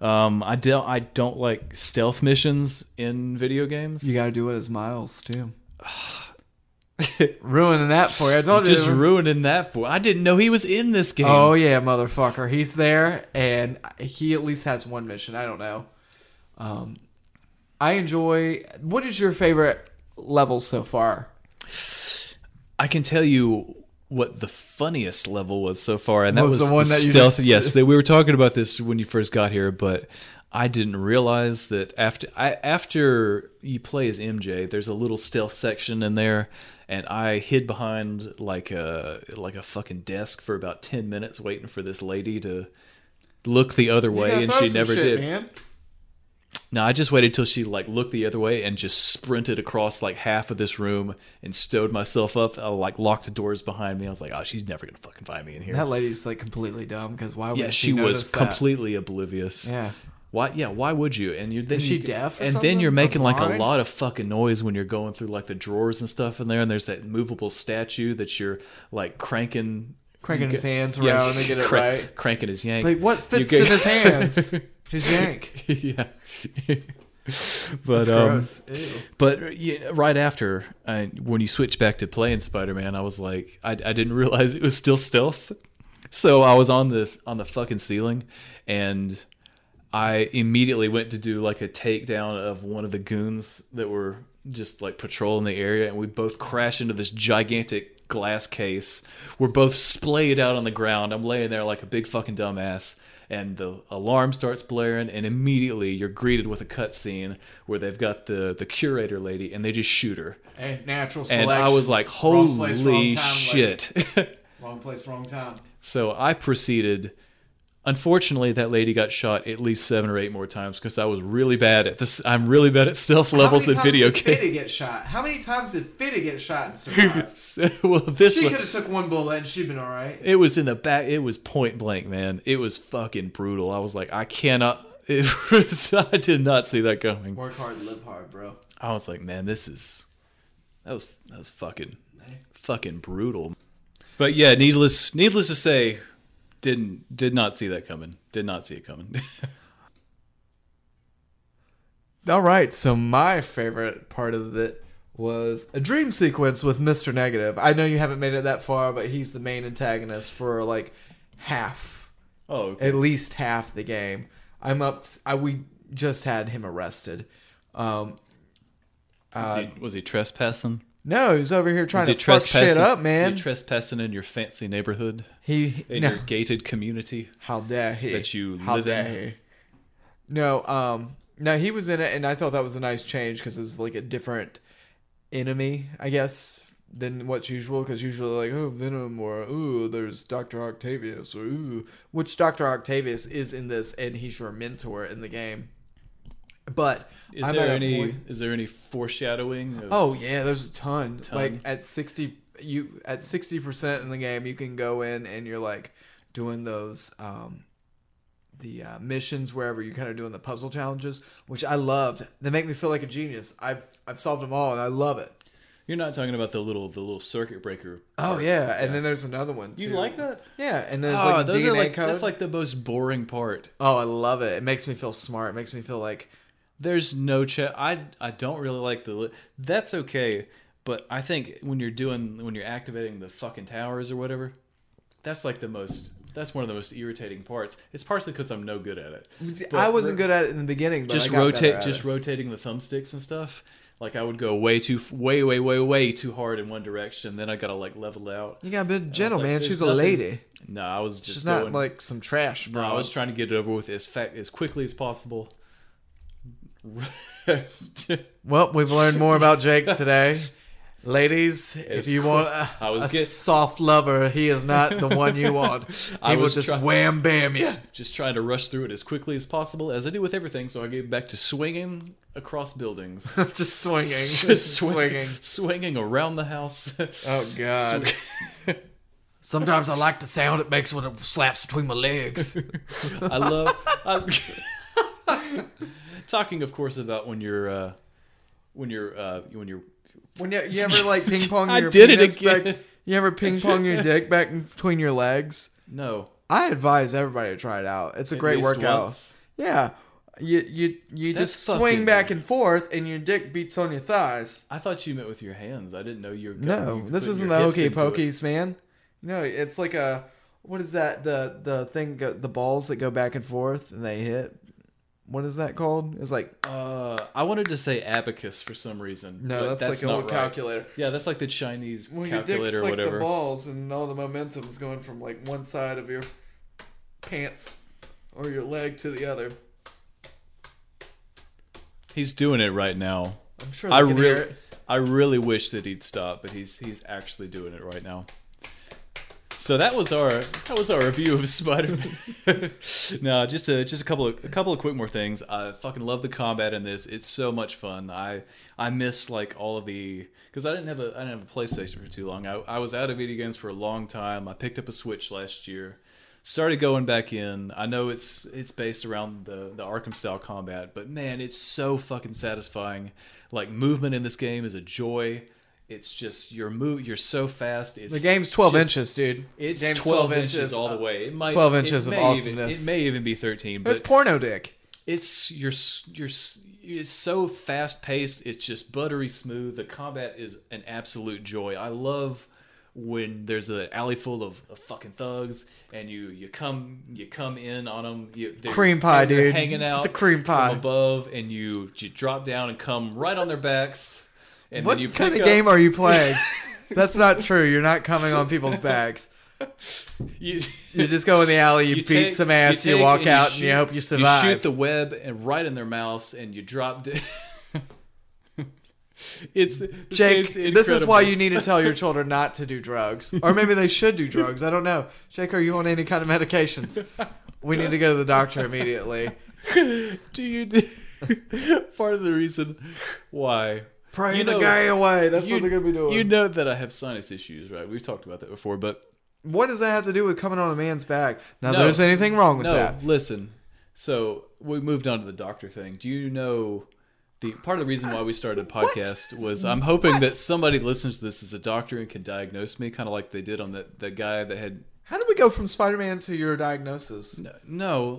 A: Um, I don't I don't like stealth missions in video games.
B: you gotta do it as Miles too. Ruining that for you. I told you.
A: just ruining that for. I didn't know he was in this game.
B: Oh yeah, motherfucker. He's there, and he at least has one mission. I don't know. Um, I enjoy. What is your favorite level so far?
A: I can tell you what the funniest level was so far, and that
B: Was
A: was,
B: the one that you
A: stealth.
B: just-
A: yes, that we were talking about this when you first got here, but I didn't realize that after I after you play as MJ, there's a little stealth section in there, and I hid behind like a like a fucking desk for about ten minutes waiting for this lady to look the other way,
B: Yeah,
A: and
B: throw
A: she
B: some
A: never
B: shit,
A: did.
B: Man.
A: No, I just waited till she like looked the other way and just sprinted across like half of this room and stowed myself up. I like locked the doors behind me. I was like, oh, she's never gonna fucking find me in here.
B: That lady's like completely dumb because why would
A: yeah, she was
B: completely.
A: completely oblivious.
B: Yeah.
A: Why? Yeah. Why would you? And you're then
B: Is
A: you,
B: she deaf or
A: and
B: something?
A: then
B: Or
A: you're making like a
B: blind?
A: lot of fucking noise when you're going through like the drawers and stuff in there. And there's that movable statue that you're like cranking,
B: Cranking
A: you
B: his
A: get-
B: hands
A: yeah,
B: around to get it
A: crank-
B: right.
A: Cranking his yank.
B: Like what
A: You
B: fits
A: get-
B: in his hands? His yank.
A: yeah. but um,
B: Gross. Ew.
A: But you know, right after, I, when you switch back to playing Spider Man, I was like, I, I didn't realize it was still stealth. So I was on the on the fucking ceiling, and I immediately went to do like a takedown of one of the goons that were just like patrolling the area, and we both crash into this gigantic glass case. We're both splayed out on the ground. I'm laying there like a big fucking dumbass, and the alarm starts blaring, and immediately you're greeted with a cutscene where they've got the the curator lady, and they just shoot her.
B: And natural
A: And
B: selection.
A: I was like,
B: Wrong
A: holy
B: place, wrong time, lady.
A: shit.
B: Wrong place, wrong time.
A: So I proceeded. Unfortunately, that lady got shot at least seven or eight more times because I was really bad at this. I'm really bad at stealth levels
B: How many
A: in video
B: times did
A: games.
B: Fitta get shot? How many times did Fitta get shot and survive?
A: So, well, this
B: she
A: one,
B: could have took one bullet and she'd been all right.
A: it was in the back. It was point blank, man. It was fucking brutal. I was like, I cannot. It was, I did not see that coming.
B: Work hard, live hard, bro.
A: I was like, man, this is that was that was fucking fucking brutal. But yeah, needless needless to say, didn't did not see that coming. Did not see it coming.
B: All right, so my favorite part of it was a dream sequence with Mr. Negative. I know you haven't made it that far, but he's the main antagonist for like half,
A: oh, okay.
B: at least half the game. I'm up. t I we just had him arrested. Um,
A: Was he, was he trespassing?
B: no, he's over here trying
A: Was he
B: Uh, to fuck shit up, man.
A: Was he trespassing in your fancy neighborhood,
B: he
A: in
B: no.
A: your gated community?
B: How dare he?
A: That you
B: How
A: live in.
B: dare he? No, um, no, he was in it, and I thought that was a nice change because it's like a different enemy, I guess, than what's usual. Because usually, like, oh, Venom, or ooh, there's Doctor Octavius, or ooh, which Doctor Octavius is in this, and he's your mentor in the game. But
A: Is
B: I'm
A: there
B: at a
A: any
B: point-
A: is there any foreshadowing? Of,
B: Oh yeah, there's a ton. Like at sixty, you at sixty percent in the game, you can go in and you're like doing those um, the uh, missions wherever you're kind of doing the puzzle challenges, which I loved. They make me feel like a genius. I've I've solved them all and I love it.
A: you're not talking about the little the little circuit breaker.
B: Oh
A: parts.
B: yeah, and then there's another one too.
A: you like that?
B: Yeah, and there's
A: Ah,
B: like the
A: those
B: DNA
A: are like
B: code.
A: that's like the most boring part.
B: oh, I love it. It makes me feel smart. It makes me feel like
A: There's no chat. I I don't really like the. li- That's okay, but I think when you're doing when you're activating the fucking towers or whatever, that's like the most. That's one of the most irritating parts. It's partially because I'm no good at it.
B: I wasn't good at it in the beginning. But
A: just
B: I got better
A: rotate
B: at
A: just
B: it.
A: rotating the thumbsticks and stuff like i would go way too way way way way too hard in one direction then i gotta like level out
B: You gotta be gentle,
A: like,
B: man.
A: there's
B: She's a
A: nothing-
B: lady.
A: no i was just
B: She's not
A: going-
B: like uh, some trash, bro.
A: i was trying to get it over with as fa- as quickly as possible if
B: Well, we've learned more about Jake today. Ladies, if you
A: cool.
B: want a,
A: I was
B: a
A: get-
B: soft lover, he is not the one you want.
A: I
B: He will
A: was
B: just
A: try-
B: wham bam you.
A: just trying to rush through it as quickly as possible as i do with everything so i get back to swinging across buildings
B: just swinging.
A: just swing-
B: swinging.
A: swinging around the house
B: Oh, God. Sometimes I like the sound it makes when it slaps between my legs.
A: I love. I, talking, of course, about when you're uh, when you're uh, when you're.
B: When you, you ever like ping pong
A: I
B: your
A: did it
B: penis
A: again.
B: back- you ever ping pong your dick back in between your legs?
A: No,
B: I advise everybody to try it out. It's a
A: At
B: great
A: least
B: workout.
A: once.
B: Yeah. You you you
A: That's
B: just
A: fucking-
B: swing back and forth and your dick beats on your thighs.
A: I thought you meant with your hands. I didn't know you were.
B: No,
A: you
B: this
A: put
B: isn't the
A: your hips
B: hokey
A: into it.
B: pokeys, man. No, it's like a what is that? The the thing go, the balls that go back and forth and they hit. What is that called? It's like
A: Uh, I wanted to say abacus for some reason.
B: no,
A: but
B: that's, like an
A: not
B: old
A: right.
B: calculator.
A: Yeah, that's like the Chinese
B: When your dick's
A: calculator or
B: like the
A: whatever.
B: balls and all the momentum's going from like one side of your pants or your leg to the other.
A: He's doing it right now.
B: I'm sure they
A: I
B: can hear
A: really,
B: it.
A: I really wish that he'd stop, but he's he's actually doing it right now. So that was our that was our review of Spider Man. no, just a just a couple of a couple of quick more things. I fucking love the combat in this. It's so much fun. I I miss like all of the because I didn't have a I didn't have a PlayStation for too long. I, I was out of video games for a long time. I picked up a Switch last year. Started going back in. I know it's it's based around the the Arkham style combat, but man, it's so fucking satisfying. Like movement in this game is a joy. It's just you're move you're so fast. It's
B: The game's 12
A: just-
B: inches, dude.
A: it's
B: Game's
A: 12, inches, all the
B: Uh,
A: way. It might,
B: 12
A: it
B: inches of
A: may
B: awesomeness.
A: Even, it may even be 13,
B: It's
A: but
B: porno dick.
A: it's you're s- you're s- it's so fast paced. It's just buttery smooth. The combat is an absolute joy. I love when there's an alley full of, of fucking thugs and you you come you come in on them. You, they're-
B: Cream pie,
A: they're
B: dude.
A: Hanging
B: It's
A: out
B: a cream pie.
A: from above, and you you drop down and come right on their backs. And
B: what
A: then you
B: kind
A: pick
B: of
A: up-
B: game are you playing? That's not true. You're not coming on people's backs.
A: you,
B: You just go in the alley, you, beat
A: take-
B: some ass, you,
A: take
B: walk out,
A: shoot-
B: and you hope you survive.
A: shoot the web and right in their mouths, and you drop. De- it's this
B: Jake,
A: game's
B: this is why
A: incredible.
B: you need to tell your children not to do drugs. Or maybe they should do drugs. I don't know. Jake, are you on any kind of medications? We need to go to the doctor immediately.
A: Do you do- part of the reason why?
B: Pray
A: You
B: the
A: know-
B: guy away. That's
A: you,
B: what they're going to be doing.
A: you know that I have sinus issues, right? We've talked about that before, but
B: what does that have to do with coming on a man's back? Now,
A: No.
B: there's anything wrong with
A: no,
B: that.
A: listen. So we moved on to the doctor thing. Do you know the part of the reason why we started a podcast was I'm hoping that somebody listens to this as a doctor and can diagnose me, kind of like they did on that the guy that had
B: How do we go from Spider Man to your diagnosis?
A: no.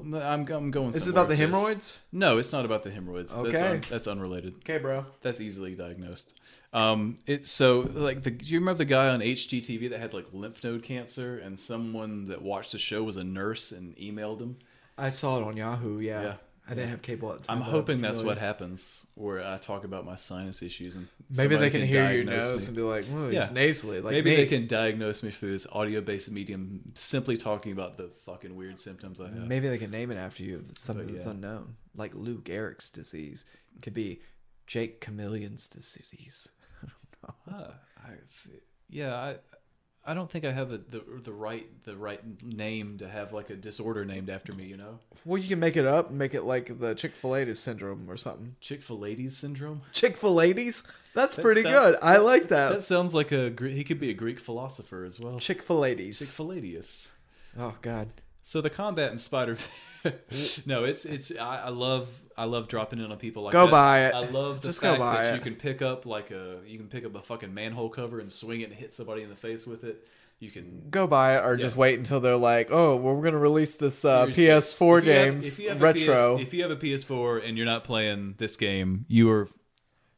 A: no, I'm I'm going.
B: Is it
A: somewhere
B: about the
A: with this.
B: hemorrhoids?
A: No, it's not about the hemorrhoids. That's,
B: Okay.
A: un- that's unrelated.
B: Okay, bro.
A: That's easily diagnosed. Um, it's so like the. Do you remember the guy on HGTV that had like lymph node cancer, and someone that watched the show was a nurse and emailed him?
B: I saw it on Yahoo, yeah.
A: Yeah.
B: I didn't have cable at the time.
A: I'm
B: but
A: hoping that's
B: familiar.
A: what happens, where I talk about my sinus issues and
B: Maybe
A: somebody
B: they can, hear your
A: diagnose
B: nose
A: me.
B: and be like, "Ooh,
A: Yeah.
B: he's nasally." Like
A: Maybe
B: me.
A: they can diagnose me through this audio-based medium, simply talking about the fucking weird symptoms I have.
B: Maybe they can name it after you. If it's something that's
A: yeah.
B: unknown, like Lou Gehrig's disease, It could be Jake Chameleon's disease.
A: Uh, I, yeah, I, I don't think I have a, the the right the right name to have like a disorder named after me. You know,
B: Well, you can make it up, and make it like the Chick Fil A syndrome or something.
A: Chick Fil Ladies syndrome.
B: Chick Fil A's? That's pretty
A: sound-
B: good. I like
A: That
B: that.
A: sounds like a Gre- he could be a Greek philosopher as well. Chick
B: Chick Fil A's.
A: Fil Ladius.
B: Oh God.
A: So the combat in Spider, no, it's it's I, I love I love dropping in on people like
B: Go
A: that.
B: buy it.
A: I love the
B: Just go
A: fact
B: buy
A: that
B: it.
A: you can pick up like a you can pick up a fucking manhole cover and swing it and hit somebody in the face with it. You can
B: Go buy it, or just wait until they're like, "Oh, well, we're gonna release this uh,
A: Seriously.
B: PS4
A: If you have-
B: games
A: if you have a
B: retro."
A: PS if you have a PS4 and you're not playing this game, you are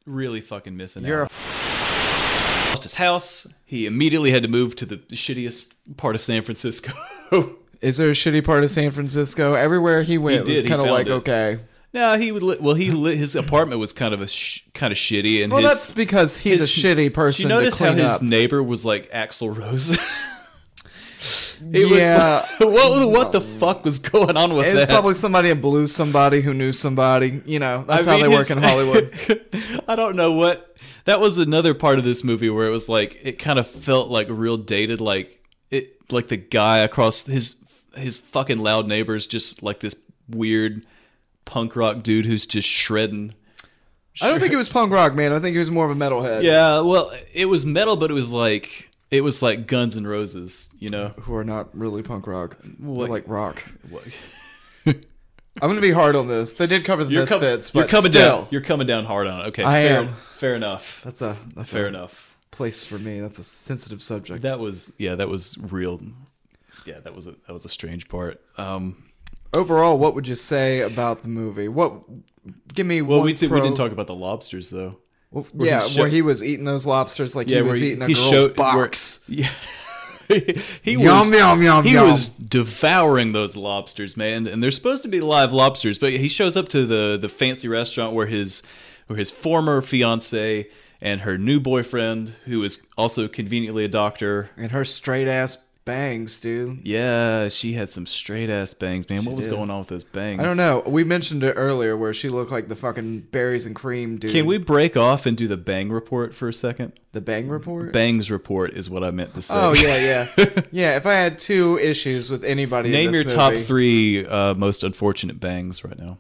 A: really fucking missing
B: You're a
A: out. lost his house. He immediately had to move to the shittiest part of San Francisco.
B: Is there a shitty part of San Francisco? Everywhere he went,
A: He
B: was
A: did, he
B: kind of
A: found
B: like
A: it.
B: okay.
A: no, he would. Li- well, he li- his apartment was kind of a sh- kind of shitty, and
B: Well,
A: his,
B: that's because he's
A: his-
B: a shitty person
A: You notice
B: to clean
A: how his
B: up.
A: neighbor was like Axl Rose. It
B: Yeah.
A: was what, what the fuck was going on with
B: It
A: that?
B: was probably somebody that blew somebody who knew somebody. You know, that's
A: I
B: how
A: mean,
B: they work
A: his-
B: in Hollywood.
A: I don't know what that was another part of this movie where it was like it kind of felt like real dated like it like the guy across his his fucking loud neighbors just like this weird punk rock dude who's just shredding.
B: I don't think it was punk rock, man. I think he was more of a metalhead.
A: Yeah, well, it was metal but it was like it was like Guns and Roses, you know.
B: Who are not really punk rock. They're like rock.
A: What-
B: I'm going to be hard on this. They did cover the
A: You're, com-
B: Misfits,
A: you're
B: but
A: coming
B: still.
A: down. You're coming down hard on it. Okay,
B: I
A: fair,
B: am.
A: fair enough.
B: that's a, that's
A: fair
B: a
A: enough.
B: place for me. That's a sensitive subject.
A: That was yeah, that was real. Yeah, that was a that was a strange part. Um,
B: Overall, what would you say about the movie? What... Give me
A: well,
B: one
A: we, did, we
B: pro-
A: didn't talk about the lobsters though. where he
B: yeah,
A: sho-
B: where he was eating those lobsters like he was eating a
A: he
B: girl's
A: showed- where-
B: box.
A: yeah, he
B: Yum,
A: was
B: yum, yum,
A: he
B: yum.
A: was devouring those lobsters, man. And they're supposed to be live lobsters, but he shows up to the the fancy restaurant where his where his former fiance and her new boyfriend, who is also conveniently a doctor,
B: And her straight ass bangs, dude.
A: yeah, she had some straight ass bangs, man. what was going on with those bangs?
B: I don't know. We mentioned it earlier where she looked like the fucking berries and cream dude.
A: Can we break off and do the bang report for a second?
B: The bang report?
A: Bangs report is what I meant to say.
B: Oh yeah, yeah, yeah. If I had two issues with anybody, in
A: Name
B: this
A: your top
B: movie-
A: three uh, most unfortunate bangs right now,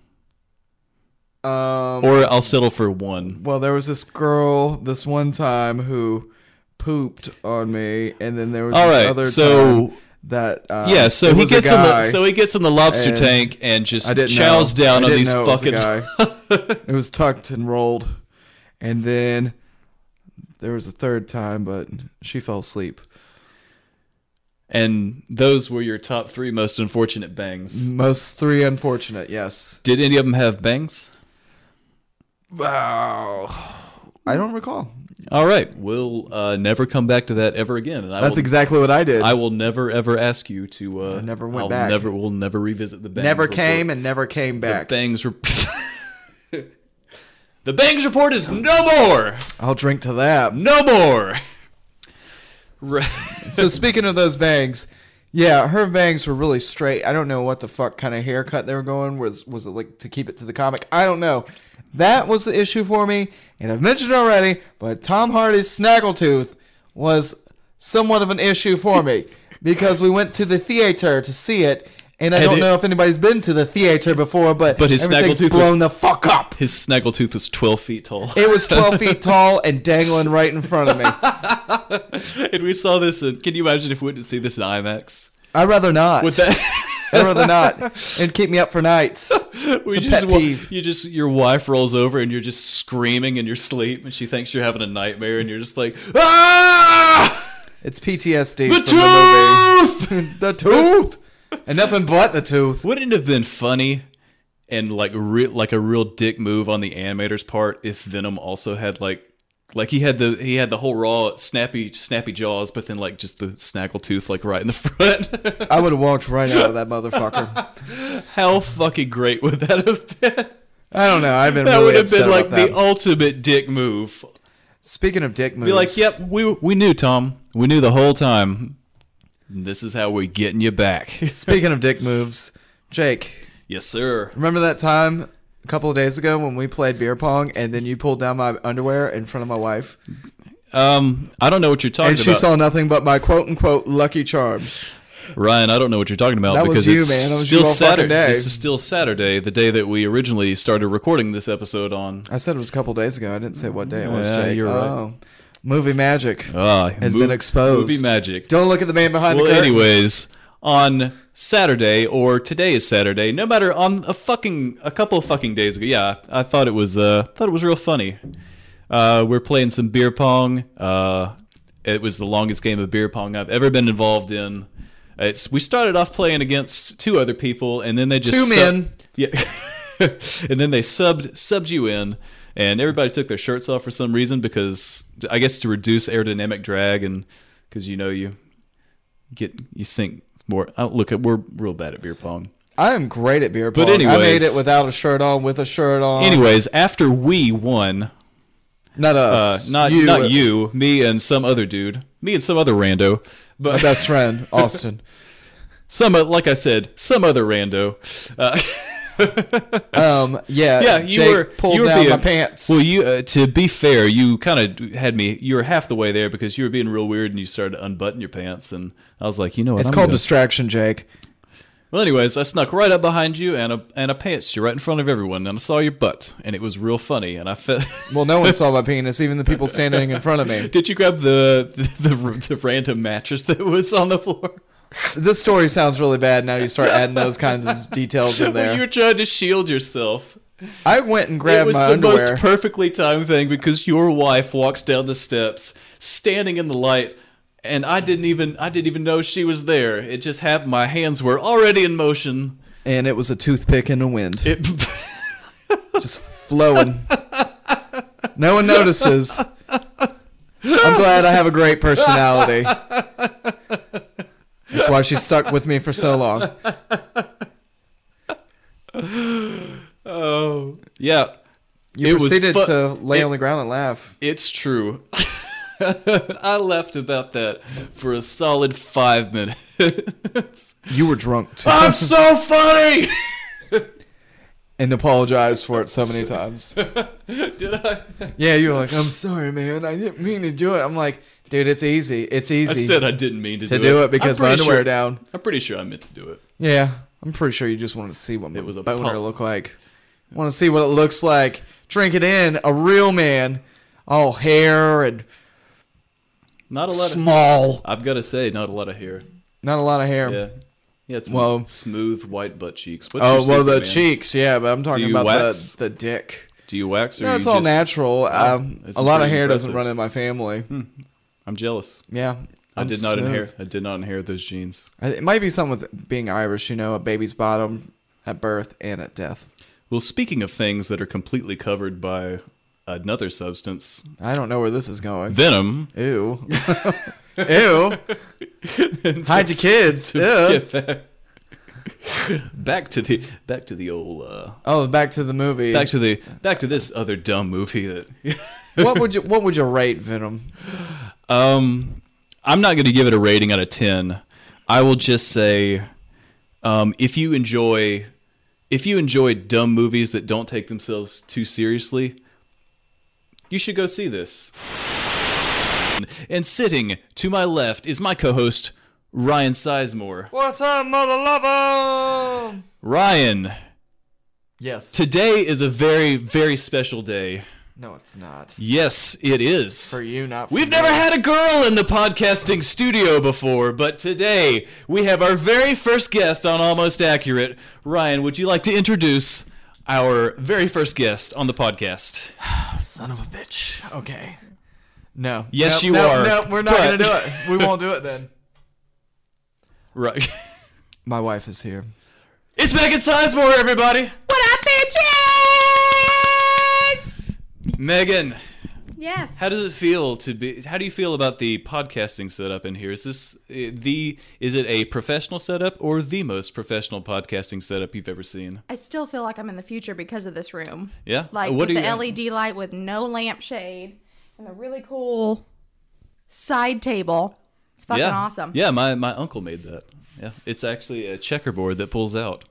B: Um,
A: or I'll settle for one.
B: well, there was this girl this one time who pooped on me, and then there was
A: All
B: this
A: right,
B: other
A: so-
B: time that uh,
A: Yeah, so
B: it
A: he
B: was a
A: gets in the
B: guy.
A: so he gets in the lobster
B: and
A: tank and
B: I
A: just
B: didn't
A: chows
B: know.
A: down
B: I
A: on
B: didn't
A: these
B: know
A: fucking.
B: It was, a guy. it was tucked and rolled, and then there was a third time, but she fell asleep.
A: and those were your top three most unfortunate bangs.
B: Most three unfortunate, yes.
A: Did any of them have bangs?
B: Wow. I don't recall.
A: All right, we'll uh, never come back to that ever again. And I
B: That's
A: will,
B: exactly what I did.
A: I will never ever ask you to. Uh,
B: never went
A: I'll
B: back.
A: Never, we'll never revisit the bang.
B: never
A: report.
B: came and never came back.
A: bangs were The Bangs Report is no more.
B: I'll drink to that.
A: No more. Re-
B: so speaking of those bangs, yeah, her bangs were really straight. I don't know what the fuck kind of haircut they were going. Was was it like to keep it to the comic? I don't know. That was the issue for me, and I've mentioned it already, but Tom Hardy's snaggletooth was somewhat of an issue for me because we went to the theater to see it, and I
A: And
B: don't
A: it-
B: know if anybody's been to the theater before, but
A: But his
B: everything's
A: snaggletooth was-
B: blown the fuck up.
A: His snaggletooth was 12 feet tall.
B: It was twelve feet tall and dangling right in front of me.
A: and we saw this. In, can you imagine if we didn't see this in IMAX?
B: I'd rather not.
A: With that,
B: I'd rather not. It'd keep me up for nights.
A: we
B: It's a
A: just
B: pet
A: wa-
B: peeve.
A: you just your wife rolls over and you're just screaming in your sleep, and she thinks you're having a nightmare, and you're just like, ah,
B: It's PTSD
A: the
B: from the
A: tooth.
B: movie. the tooth, and nothing but the tooth.
A: Wouldn't it have been funny and like re- like a real dick move on the animator's part if Venom also had like like he had the he had the whole raw snappy snappy jaws, but then like just the snaggletooth like right in the front.
B: I would have walked right out of that motherfucker.
A: How fucking great would that have been?
B: I don't know. I've been
A: That
B: really
A: would have
B: upset
A: been like
B: about that.
A: the ultimate dick move.
B: Speaking of dick moves,
A: Be like, yep, we we knew Tom, we knew the whole time. This is how we're getting you back.
B: Speaking of dick moves, Jake,
A: yes, sir.
B: remember that time a couple of days ago when we played beer pong, and then you pulled down my underwear in front of my wife,
A: Um, I don't know what you're talking
B: and she
A: about,
B: saw nothing but my quote unquote lucky charms.
A: Ryan. I don't know what you're talking about
B: That was
A: because
B: you,
A: it's
B: man. That was
A: still
B: you all fucking
A: Saturday.
B: day.
A: This is still Saturday, the day that we originally started recording this episode on.
B: I said it was a couple of days ago. I didn't say what day it was.
A: Yeah,
B: Jake,
A: you're right.
B: Oh. Movie magic
A: Uh,
B: has been exposed.
A: Movie magic.
B: Don't look at the man behind
A: well,
B: the curtain.
A: anyways, on Saturday or today is Saturday. No matter on a fucking a couple of fucking days ago. Yeah, I thought it was uh thought it was real funny. Uh, we're playing some beer pong. Uh, it was the longest game of beer pong I've ever been involved in. It's we started off playing against two other people, and then they just
B: Two
A: sub-
B: men.
A: yeah, and then they subbed subbed you in, and everybody took their shirts off for some reason because I guess to reduce aerodynamic drag and because you know you get you sink more. I, look, we're real bad at beer pong.
B: I am great at beer pong.
A: But
B: I made
A: anyways-
B: it without a shirt on, with a shirt on.
A: Anyways, after we won,
B: not
A: uh,
B: us.
A: not you, not you, me and some other dude, me and some other rando,
B: My
A: but
B: best friend, Austin.
A: some o- like I said, some other rando. Uh,
B: Um, yeah,
A: yeah, you
B: Jake
A: were
B: pulled
A: you were
B: down
A: being,
B: my pants.
A: Well, you uh, to be fair, you kind of had me. You were half the way there because you were being real weird and you started to unbutton your pants, and I was like, you know what?
B: it's
A: I'm
B: called
A: gonna-
B: distraction, Jake.
A: Well, anyways, I snuck right up behind you and I, and I pantsed you right in front of everyone, and I saw your butt, and it was real funny, and I felt.
B: Well, no one saw my penis, even the people standing in front of me.
A: Did you grab the, the the the random mattress that was on the floor?
B: This story sounds really bad. Now you start adding those kinds of details in
A: When you were
B: there.
A: trying to shield yourself.
B: I went and
A: It
B: grabbed
A: was
B: my
A: the
B: underwear.
A: most perfectly timed thing because your wife walks down the steps, standing in the light, and I didn't even I didn't even know she was there. It just happened. My hands were already in motion.
B: and it was a toothpick in the wind,
A: It,
B: just flowing. no one notices. I'm glad I have a great personality. That's why she stuck with me for so long.
A: oh yeah,
B: You
A: It was
B: proceeded
A: fu-
B: to lay
A: it-
B: on the ground and laugh.
A: it's true. I laughed about that for a solid five minutes.
B: You were drunk too,
A: I'm so funny.
B: and apologized for it so many times.
A: Did I?
B: Yeah, you were like, "I'm sorry, man. I didn't mean to do it." I'm like, "Dude, it's easy. It's
A: I
B: easy
A: said I didn't mean to,
B: to
A: do,
B: do
A: it,
B: it because
A: I'm
B: my
A: pretty
B: underwear
A: sure-
B: down."
A: I'm pretty sure I meant to do it.
B: Yeah, I'm pretty sure you just wanted to see what my
A: was a
B: boner
A: pump.
B: look like. Want to see what it looks like? Drink it in. A real man, all hair and
A: Not a lot. Of,
B: small.
A: I've got to say, not a lot of hair.
B: Not a lot of hair.
A: Yeah. Yeah, it's
B: Well-
A: smooth white butt cheeks. What's your
B: Oh well,
A: secret,
B: the
A: man?
B: cheeks. Yeah, but I'm talking
A: you
B: about
A: wax?
B: the the dick.
A: Do you wax or
B: No,
A: you
B: it's all
A: just-
B: natural. um,
A: that's
B: a lot of
A: pretty
B: hair
A: impressive.
B: doesn't run in my family.
A: I'm jealous.
B: Yeah,
A: i
B: I'm
A: did not
B: smooth.
A: inherit. I did not inherit those genes.
B: I- It might be something with being Irish, you know, a baby's bottom at birth and at death.
A: Well, speaking of things that are completely covered by another substance,
B: I don't know where this is going.
A: venom.
B: Ew. Ew. Hide your kids. Ew.
A: Get back. back to the back to the old uh,
B: Oh, back to the movie.
A: back to the back to this other dumb movie that
B: what would you What would you rate Venom?
A: um I'm not going to give it a rating out of 10. I will just say um if you enjoy if you enjoy dumb movies that don't take themselves too seriously, you should go see this. And sitting to my left is my co-host Ryan Sizemore.
B: What's up, mother lover?
A: Ryan,
B: Yes.
A: today is a very very special day.
B: no, it's not
A: Yes, it is.
B: for you. Not for
A: We've
B: me.
A: never had a girl in the podcasting studio before, but today we have our very first guest on Almost Accurate. Ryan, would you like to introduce our very first guest on the podcast?
B: Son of a bitch. Okay. No.
A: Yes,
B: Nope,
A: you
B: nope,
A: are,
B: No, we're not
A: but-
B: gonna do it. We won't do it then.
A: Right.
B: My wife is here.
A: it's Megan Sizemore, everybody.
C: What up, bitches?
A: Megan,
C: Yes.
A: how does it feel to be how do you feel about the podcasting setup in here? Is this uh, the is it a professional setup or the most professional podcasting setup you've ever seen?
C: I still feel like I'm in the future because of this room.
A: Yeah?
C: Like
A: What
C: with
A: do
C: the E
A: you-
C: LED light with no lampshade and the really cool side table. It's fucking
A: yeah.
C: awesome.
A: Yeah, my, my uncle made that. Yeah. It's actually a checkerboard that pulls out.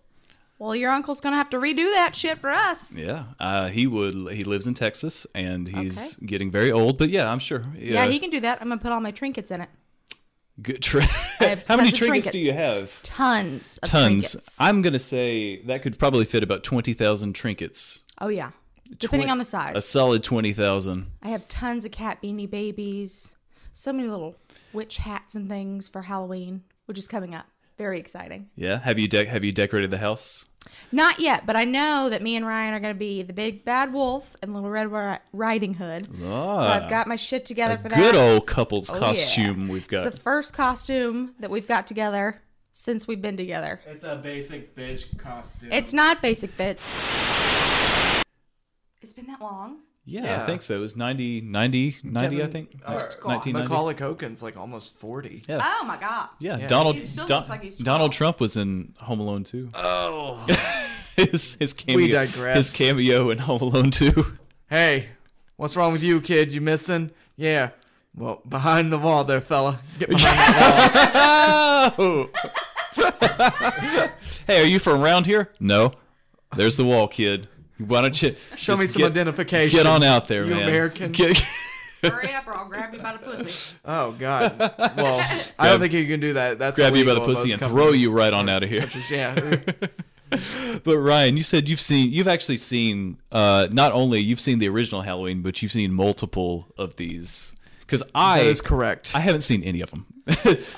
C: Well, your uncle's gonna have to redo that shit for us.
A: Yeah. Uh, he would he lives in Texas and he's getting very old, but yeah, I'm sure. Uh,
C: Yeah, he can do that. I'm gonna put all my trinkets in it.
A: good tra-
C: have
A: How many
C: tons of
A: trinkets, do
C: trinkets.
A: you have?
C: Tons of
A: Tons.
C: trinkets.
A: I'm going to say that could probably fit about 20,000 trinkets.
C: Oh yeah. Depending
A: Twen-
C: on the
A: A
C: size.
A: solid 20,000.
C: I have tons of cat beanie babies. So many little witch hats and things for Halloween, which is coming up. Very exciting.
A: Yeah. Have you de- have you decorated the house?
C: Not yet, but I know that me and Ryan are going to be the big bad wolf and little red Ri- riding hood. so I've got my shit together for that.
A: Good old couple's
C: Oh, yeah.
A: costume we've got.
C: It's the first costume that we've got together since we've been together.
B: It's a basic bitch costume.
C: It's not basic bitch. It's been that long.
A: yeah, I
B: yeah.
A: think so. It was 90 90 90 I think.
B: Or, Macaulay Culkin's like almost forty.
A: Yeah.
C: Oh my god.
A: Yeah, Donald
C: He still
A: Don-
C: looks like he's
A: Donald
C: 12.
A: Trump was in Home Alone 2. Oh. his his cameo
B: digress.
A: his cameo in Home Alone 2.
B: Hey, what's wrong with you, kid? You missing? Yeah. Well, behind the wall there, fella. Get behind that wall.
A: Oh. hey, are you from around here? No. There's the wall, kid. Why don't you
B: Show me
A: just
B: some
A: get,
B: identification.
A: Get on out there,
B: You
A: man.
B: American.
A: Get-
C: Hurry up or I'll grab you by the pussy.
B: Oh God. Well, I don't think you can do that. That's
A: grab you by the
B: illegal in
A: pussy
B: most
A: and
B: companies.
A: throw you right on out of here.
B: Yeah.
A: But Ryan, you said you've seen you've actually seen uh, not only you've seen the original Halloween, but you've seen multiple of these. Because I
B: That is correct.
A: I haven't seen any of them.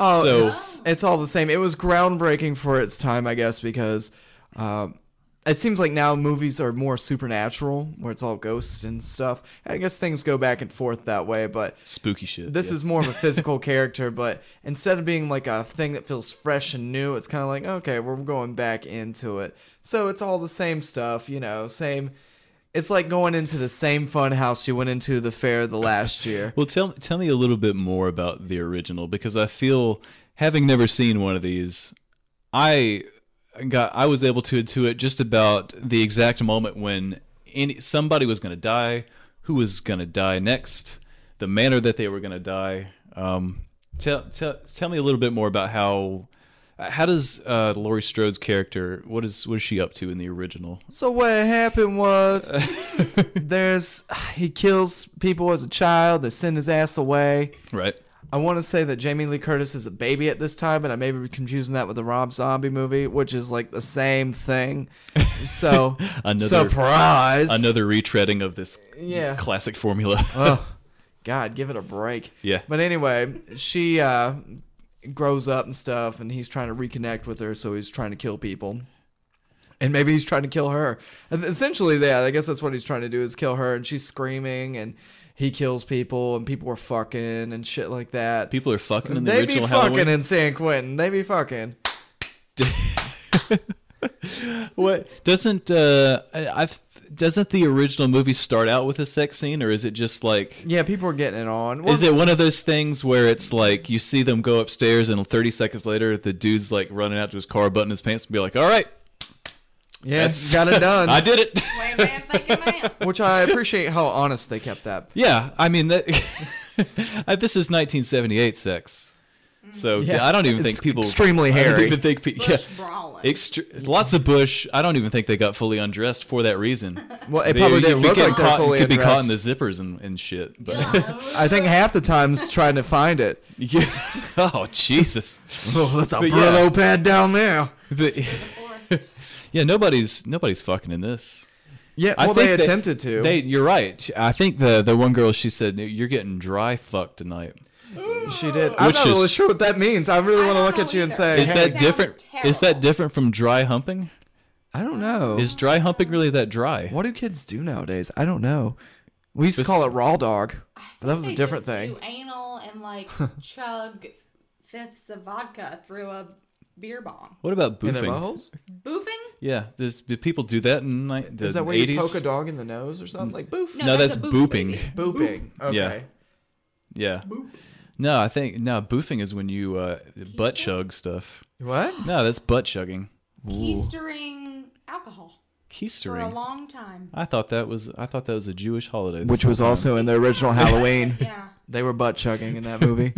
B: Oh,
A: so
B: it's, it's all the same. It was groundbreaking for its time, I guess, because um, it seems like now movies are more supernatural, where it's all ghosts and stuff. I guess things go back and forth that way, but
A: spooky shit.
B: this
A: yeah.
B: is more of a physical character. But instead of being like a thing that feels fresh and new, it's kind of like okay, we're going back into it. So it's all the same stuff, you know, same. It's like going into the same fun house you went into the fair the last year.
A: Well, tell tell me a little bit more about the original because I feel having never seen one of these, I got I was able to intuit just about the exact moment when any somebody was going to die, who was going to die next, the manner that they were going to die. Um, tell tell tell me a little bit more about how. How does uh, Laurie Strode's character? What is what is she up to in the original?
B: So what happened was there's he kills people as a child, they send his ass away.
A: Right.
B: I want to say that Jamie Lee Curtis is a baby at this time, and I may be confusing that with the Rob Zombie movie, which is like the same thing. So
A: Another-
B: surprise.
A: Another retreading of this
B: Yeah.
A: classic formula.
B: Oh, God, give it a break.
A: Yeah.
B: But anyway, she uh, grows up and stuff, and he's trying to reconnect with her, so he's trying to kill people. And maybe he's trying to kill her. And essentially, yeah, I guess that's what he's trying to do is kill her, and she's screaming, and he kills people, and people are fucking and shit like that.
A: People are fucking in the
B: they be
A: original
B: fucking
A: Halloween.
B: in San Quentin. They be fucking.
A: What doesn't uh, I- I've doesn't the original movie start out with a sex scene, or is it just like?
B: Yeah, people are getting it on.
A: Is it one of those things where it's like you see them go upstairs and 30 seconds later the dude's like running out to his car, button his pants, and be like, "All right,
B: Yeah,
A: that's-
B: got it done.
A: I did it."
C: Wham, bam, thank you, ma'am.
B: Which I appreciate how honest they kept that.
A: Yeah, I mean that. I- this is 1978 sex, so
B: Yeah,
A: I don't even
B: Mm. it's
A: think people
B: extremely
A: I don't
B: hairy.
A: even think pe- yeah,
C: Bush brawling.
A: extre- lots of bush. I don't even think they got fully undressed for that reason.
B: Well, it
A: They-
B: probably
A: you
B: didn't
A: could
B: look
A: get
B: like they're
A: caught- you
B: fully
A: could be caught in
B: undressed.
A: the zippers and, and shit. But
B: I think half the time's trying to find it.
A: yeah, oh Jesus,
B: Oh, that's a
A: But yeah.
B: Brillo pad down there.
A: But- yeah, nobody's nobody's fucking in this.
B: Yeah, well, they attempted to.
A: They, you're right. I think the the one girl she said you're getting dry fucked tonight.
B: she did. I'm
A: Which
B: not really
A: is-
B: sure what that means. I really want to
C: don't
B: look at
C: know
B: you and
C: either.
B: say,
A: Is
B: hey,
A: that
C: sounds
A: different? Is that
C: terrible.
A: different from dry humping?
B: I don't know.
A: Is dry humping really that dry?
B: what do kids do nowadays? I don't know. We used to call it raw dog, but that was a
C: They
B: different
C: just
B: thing.
C: Do anal and like chug fifths of vodka through a beer bong.
A: What about
B: In their
A: boofing?
B: buttholes?
C: Boofing?
A: Yeah, does do people do that in ni- the
B: Is that where you poke a
A: 80s?
B: dog in the nose or something? Like boof?
A: No, that's,
C: a boop,
A: booping.
C: baby.
B: Booping. Okay.
A: Yeah. Yeah. No, I think no boofing is when you uh, butt chug stuff.
B: What?
A: No, that's butt chugging.
C: Keistering alcohol for a
A: Keistering.
C: long time.
A: I thought that was I thought that was a Jewish holiday. this
B: Which was
A: whole time.
B: also in the original Halloween.
C: Yeah.
B: They were butt chugging in that movie.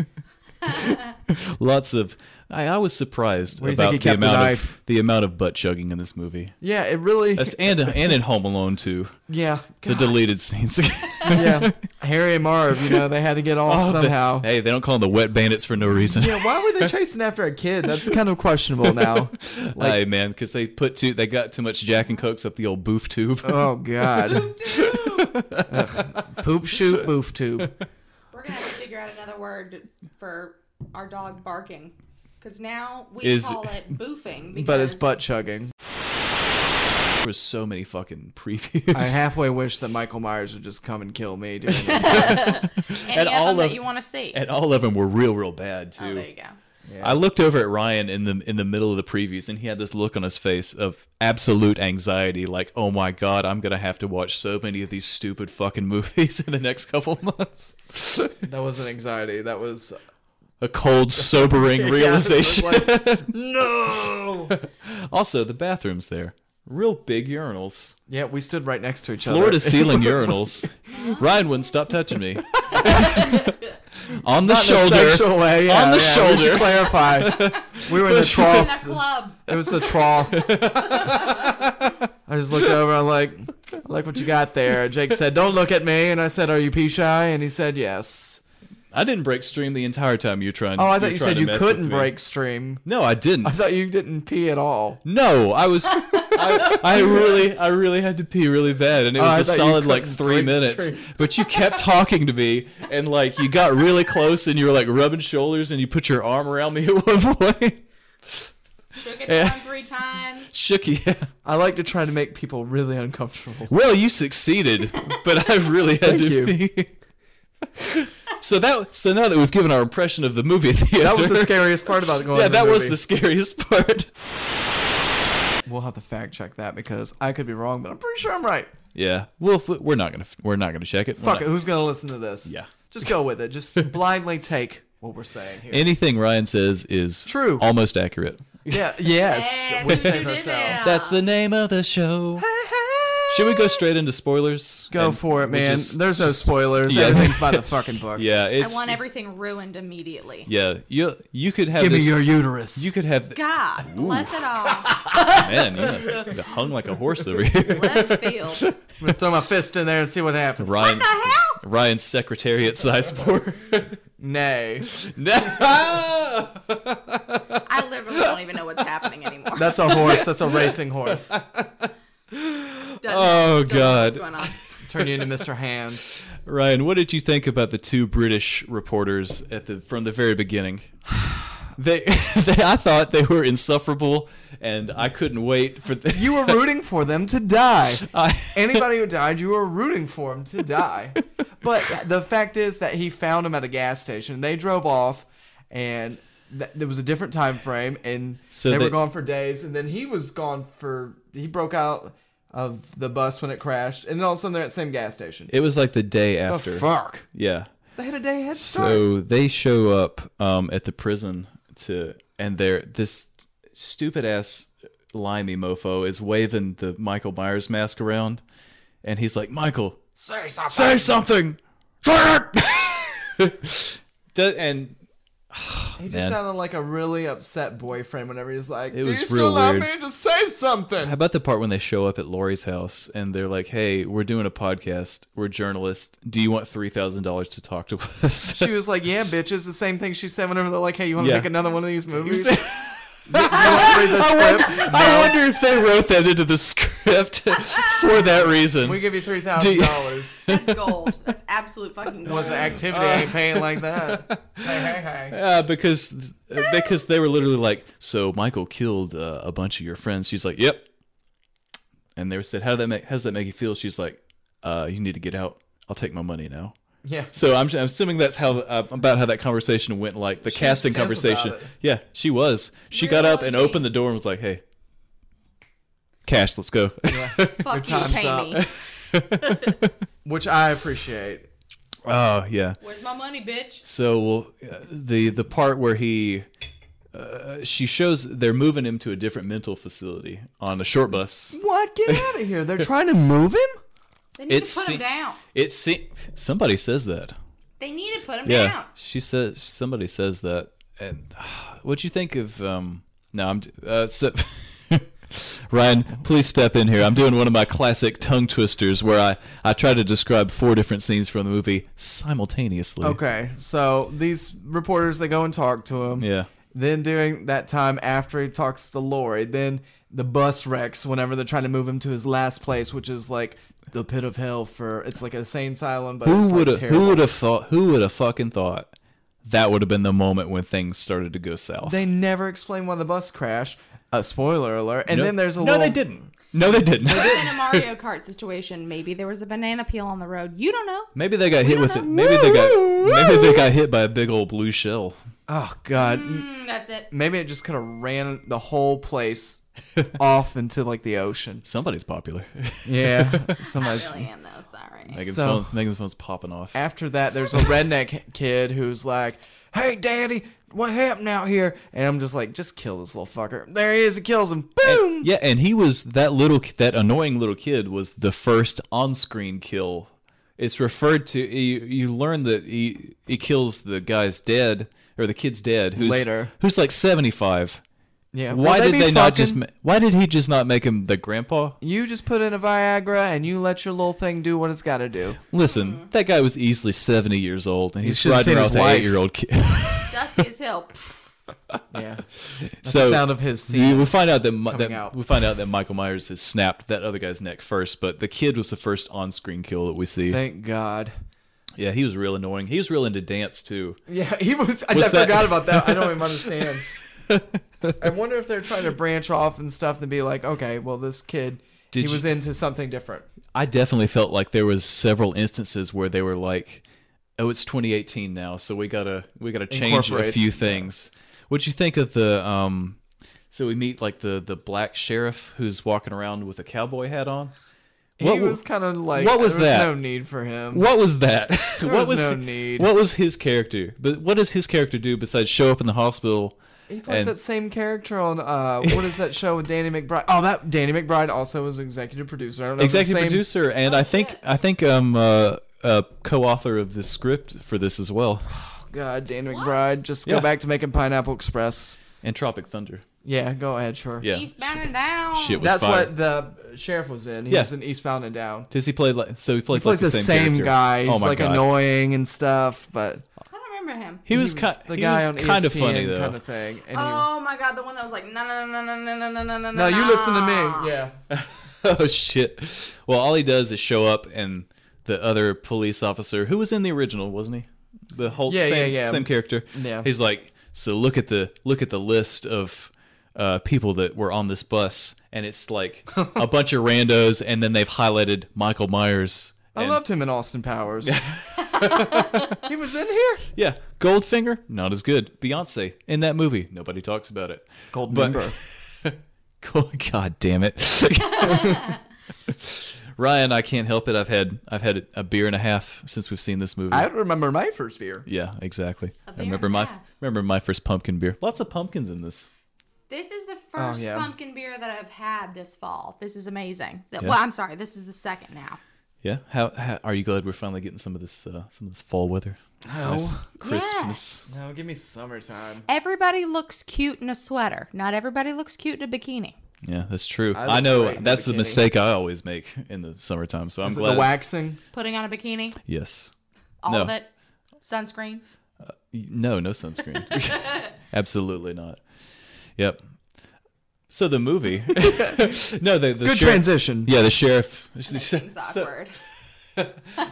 A: lots of. I, I was surprised
B: Where do you
A: about
B: think he
A: the
B: kept the
A: amount of
B: knife?
A: the amount of butt chugging in this movie.
B: yeah, it really.
A: That's, and and in Home Alone too,
B: yeah.
A: the deleted scenes.
B: yeah. Harry and Marv, you know, they had to get
C: Oh,
A: Oh,
B: off somehow.
A: hey, they don't call them the wet bandits for no reason.
B: Yeah, why were they chasing after a kid? That's kind of questionable now.
A: Like, hey man, because they put too they got too much Jack and Cokes up the old boof tube.
B: Oh God. Poop shoot boof tube.
C: We're going to have to figure out another word for our dog barking. Because now we
A: Is-
C: call it boofing. Because
B: But it's butt chugging.
A: there was so many fucking previews.
B: I halfway wish that Michael Myers would just come and kill me. during the-
C: Any
A: and
C: of
A: all
C: them
A: of-
C: that you want to see.
A: and all of them were real, real bad
C: oh,
A: too.
C: there you go.
A: I looked over at Ryan in the in the middle of the previews, and he had this look on his face of absolute anxiety, like, "Oh my god, I'm gonna have to watch so many of these stupid fucking movies in the next couple months."
B: that wasn't anxiety. That was
A: A cold, sobering realization.
B: Yeah, it was like, no.
A: also, the bathrooms there, real big urinals,
B: Yeah, we stood right next to each other.
A: floor to ceiling urinals. Ryan wouldn't stop touching me. on the
B: Not in a
A: shoulder.
B: sexual way, yeah,
A: On the
B: yeah, We
A: shoulder.
B: should clarify. We were in the
A: Oh.
C: In the
B: trough.
C: club.
B: It was the trough. I just looked over. I'm like, I like what you got there. Jake said, "Don't look at me," and I said, "Are you pee shy?" And he said, "Yes."
A: I didn't break stream the entire time you were trying.
B: Oh, I thought
A: were
B: you
A: trying
B: said
A: to
B: you
A: mess with
B: couldn't
A: me.
B: break stream.
A: No, I didn't.
B: I thought you didn't pee at all.
A: No, I was. I, I really, I really had to pee really bad, and it
B: Oh, I
A: was a
B: thought you
A: solid like
B: couldn't
A: three
B: break
A: minutes.
B: straight.
A: But you kept talking to me, and like you got really close, and you were like rubbing shoulders, and you put your arm around me at one point.
C: Shook it
A: Yeah.
C: down three times.
A: Shook yeah.
B: I like to try to make people really uncomfortable.
A: Well, you succeeded, but I really had
B: Thank
A: to
B: you.
A: pee. So that, so now that we've given our impression of the movie theater,
B: That was the scariest part about going.
A: Yeah,
B: to the
A: that was
B: movie.
A: the scariest part.
B: We'll have to fact check that because I could be wrong, but I'm pretty sure I'm right.
A: Yeah, well, if we- we're not gonna, we're not gonna check it. We're
B: Fuck
A: not-
B: it. Who's gonna listen to this?
A: Yeah.
B: Just go with it. Just blindly take what we're saying here.
A: Anything Ryan says is
B: True.
A: almost accurate.
B: yeah. Yes.
C: Yes,
B: we
C: you
B: saved
C: did
B: ourselves.
C: it.
A: That's the name of the show. Should we go straight into spoilers?
B: Go
A: And
B: for it,
A: we'll
B: man.
A: just-
B: There's no spoilers.
A: Yeah.
B: Everything's by the fucking book.
A: yeah,
C: I
A: it's
C: want everything ruined immediately.
A: yeah. You you could have
B: Give me
A: this-
B: your uterus.
A: you could have
C: God bless it all.
A: man. You you hung like a horse over here.
C: Left field.
B: I'm gonna throw my fist in there and see what happens.
A: Ryan
C: hell?
A: Ryan's secretariat size four.
B: Nay.
A: no.
C: I literally don't even know what's happening anymore.
B: That's a horse. That's a racing horse.
C: Doesn't-
A: Oh,
C: still don't know what's
A: God.
C: going on.
B: Turn you into Mr. Hands.
A: Ryan, what did you think about the two British reporters at the from the very beginning? They, they I thought they were insufferable, and I couldn't wait for the,
B: You were rooting for them to die.
A: I-
B: Anybody who died, you were rooting for him to die. But the fact is that he found him at a gas station. They drove off, and th- there was a different time frame, and
A: So
B: they were
A: they-
B: gone for days, and then he was gone for he broke out of the bus when it crashed, and then all of a sudden they're at the same gas station.
A: It was like the day
B: the
A: after.
B: fuck?
A: Yeah.
B: They had a day head start.
A: So they show up um, at the prison to, and they're this stupid ass limey mofo is waving the Michael Myers mask around, and he's like, "Michael, say something, say something." Do- and
B: he just
A: man.
B: sounded like a really upset boyfriend whenever he was like, "Do
A: was
B: you still
A: real
B: love
A: weird.
B: me? Just say something."
A: how about the part when they show up at Lori's house and they're like, "Hey, we're doing a podcast. We're journalists. Do you want three thousand dollars to talk to us?"
B: she was like, "Yeah, bitch." It's the same thing she said whenever they're like, "Hey, you want to
A: Yeah.
B: make another one of these movies?" You want to read the script?
A: I wonder if they wrote that into the script for that reason.
B: We give you three thousand dollars.
D: That's gold. That's absolute fucking gold.
B: Was an activity ain't paying like that. hey, hey, hey.
A: Uh, because because they were literally like, so Michael killed uh, a bunch of your friends. She's like, yep. And they said, how did that make? How does that make you feel? She's like, uh, you need to get out. I'll take my money now.
B: Yeah.
A: So I'm, I'm assuming that's how uh, about how that conversation went, like the casting
B: pimp
A: conversation.
B: about it.
A: Yeah, she was. She got up and opened the door and was like, hey, cash, let's go.
D: Fuck you,
B: time's
D: pay
B: up.
D: me.
B: Which I appreciate.
A: Oh yeah.
D: Where's my money, bitch?
A: So uh, the the part where he uh, she shows they're moving him to a different mental facility on a short bus.
B: What? Get out of here! They're trying to move him.
D: They need
A: It's
D: to put
A: se-
D: him down.
A: It se- somebody says that.
D: They need to put him
A: Yeah,
D: down.
A: she says somebody says that. And uh, what'd you think of? Um, no, I'm d- uh, so. Ryan, please step in here. I'm doing one of my classic tongue twisters where I, I try to describe four different scenes from the movie simultaneously.
B: Okay, so these reporters they go and talk to him.
A: Yeah.
B: Then during that time after he talks to Lori, then the bus wrecks whenever they're trying to move him to his last place, which is like the pit of hell for it's like a insane asylum, but
A: Who
B: it's
A: would
B: like
A: have? Who
B: terrible.
A: would have thought? Who would have fucking thought that would have been the moment when things started to go south?
B: They never explain why the bus crashed. Uh, spoiler alert. And
A: No-
B: then there's a
A: no,
B: little
A: they didn't. No, they didn't.
C: In a Mario Kart situation, maybe there was a banana peel on the road. You don't know.
A: maybe they got hit with it. Maybe they got. Maybe they got hit by a big old blue shell.
B: Oh god.
D: Mm, that's it.
B: Maybe it just kind of ran the whole place off into like the ocean.
A: Somebody's popular.
B: Yeah. Somebody's
D: Really am though. Sorry.
A: Megan's,
B: So-
A: phone, Megan's phone's popping off.
B: after that, there's a redneck kid who's like, "Hey, daddy, what happened out here?" And I'm just like, "Just kill this little fucker." There he is. He kills him. Boom.
A: Yeah, and he was that little, that annoying little kid was the first on-screen kill. It's referred to. You, you learn that he he kills the guy's dead or the kid's dead. Who's,
B: Later.
A: who's like seventy-five.
B: yeah.
A: Why
B: Would
A: did
B: be
A: they not just?
B: fucking-
A: ma- Why did he just not make him the grandpa?
B: you just put in a Viagra and you let your little thing do what it's got to do.
A: Listen, that guy was easily seventy years old, and he's
B: Mm-hmm. should've
A: riding
B: seen
A: around
B: his
A: with an
B: wife.
A: eight-year-old kid.
D: Dusty as hell. Pfft.
B: Yeah.
A: so
B: sound of his
A: we-
B: semen
A: we find out that, Mi- that
B: out.
A: we find out that Michael Myers has snapped that other guy's neck first, but the kid was the first on-screen kill that we see.
B: Thank God.
A: yeah, he was real annoying. He was real into dance too.
B: Yeah, he was. I,
A: Was
B: I
A: that-
B: forgot about that. I don't even understand. I wonder if they're trying to branch off and stuff and be like, okay, well, this kid,
A: Did
B: he was
A: you-
B: into something different.
A: I definitely felt like there was several instances where they were like, "Oh, it's 2018 now, so we gotta we gotta change a
B: Incorporate.
A: few things." What'd you think of the? um So we meet like the the black sheriff who's walking around with a cowboy hat on.
B: he
A: wa-
B: was kind of like,
A: what was
B: there was
A: that?
B: no need for him.
A: What was that? what
B: was no need.
A: What was his character? But what does his character do besides show up in the hospital?
B: He plays
A: And-
B: that same character on uh, what is that show with Danny McBride? Oh, that Danny McBride also was executive producer. I don't know. if it's the
A: Executive
B: same-
A: producer, and I think I think um uh, uh co-author of the script for this as well,
B: God, Danny McBride, just
A: Yeah.
B: go back to making Pineapple Express.
A: and Tropic Thunder.
B: Yeah, go ahead, sure.
A: Yeah,
D: He's bounding down.
A: shit was
B: that's
A: fire.
B: what the sheriff was in. He
A: Yeah.
B: was in Eastbound and Down.
A: Does he play like so? He plays,
B: He plays
A: like
B: the
A: the
B: same,
A: character.
B: guy. He's
A: Oh my
B: like
A: god!
B: annoying and stuff, but
D: I don't remember him.
A: He was, kind.
B: the
A: he
B: guy
A: was
B: on E
A: kind of
B: ESPN
A: funny though.
B: kind of thing. And he-
D: Oh my god, the one that was like, no, no, no, no, no, no, no, no, no.
B: no, you listen to me. Yeah,
A: oh shit! Well, all he does is show up, and the other police officer who was in the original, wasn't he? The whole
B: Yeah,
A: same,
B: yeah, yeah.
A: same character.
B: Yeah.
A: He's like, so look at the look at the list of uh, people that were on this bus, and it's like a bunch of randos, and then they've highlighted Michael Myers.
B: I
A: and-
B: loved him in Austin Powers. he was in here.
A: Yeah, Goldfinger, not as good. Beyonce in that movie, nobody talks about it.
B: Gold
A: But-
B: member.
A: Cool. God damn it, Ryan! I can't help it. I've had I've had a beer and a half since we've seen this movie.
B: I don't remember my first beer.
A: yeah, exactly. I
D: beer
A: remember
D: and a
A: my
D: half.
A: remember my first pumpkin beer. Lots of pumpkins in this.
D: This is
A: Oh,
D: the first
B: yeah.
D: pumpkin beer that I've had this fall. This is amazing. The- Well, I'm sorry. This is the second now.
A: Yeah. How, how are you glad we're finally getting some of this uh, some of this fall weather?
B: No.
A: Nice Christmas.
D: Yes.
B: No, give me summertime.
D: Everybody looks cute in a sweater. Not everybody looks cute in a bikini.
A: Yeah, that's true.
B: I look
A: I, know
B: great in a
A: that's the
B: bikini.
A: mistake I always make in the summertime. So I'm
B: Is it
A: glad.
B: the waxing?
D: Putting on a bikini,
A: Yes.
D: all
A: No.
D: of it, sunscreen.
A: No, no sunscreen. Absolutely not. Yep. So the movie. no, the, the
B: Good
A: sheriff-
B: transition.
A: Yeah, the sheriff.
D: It's awkward.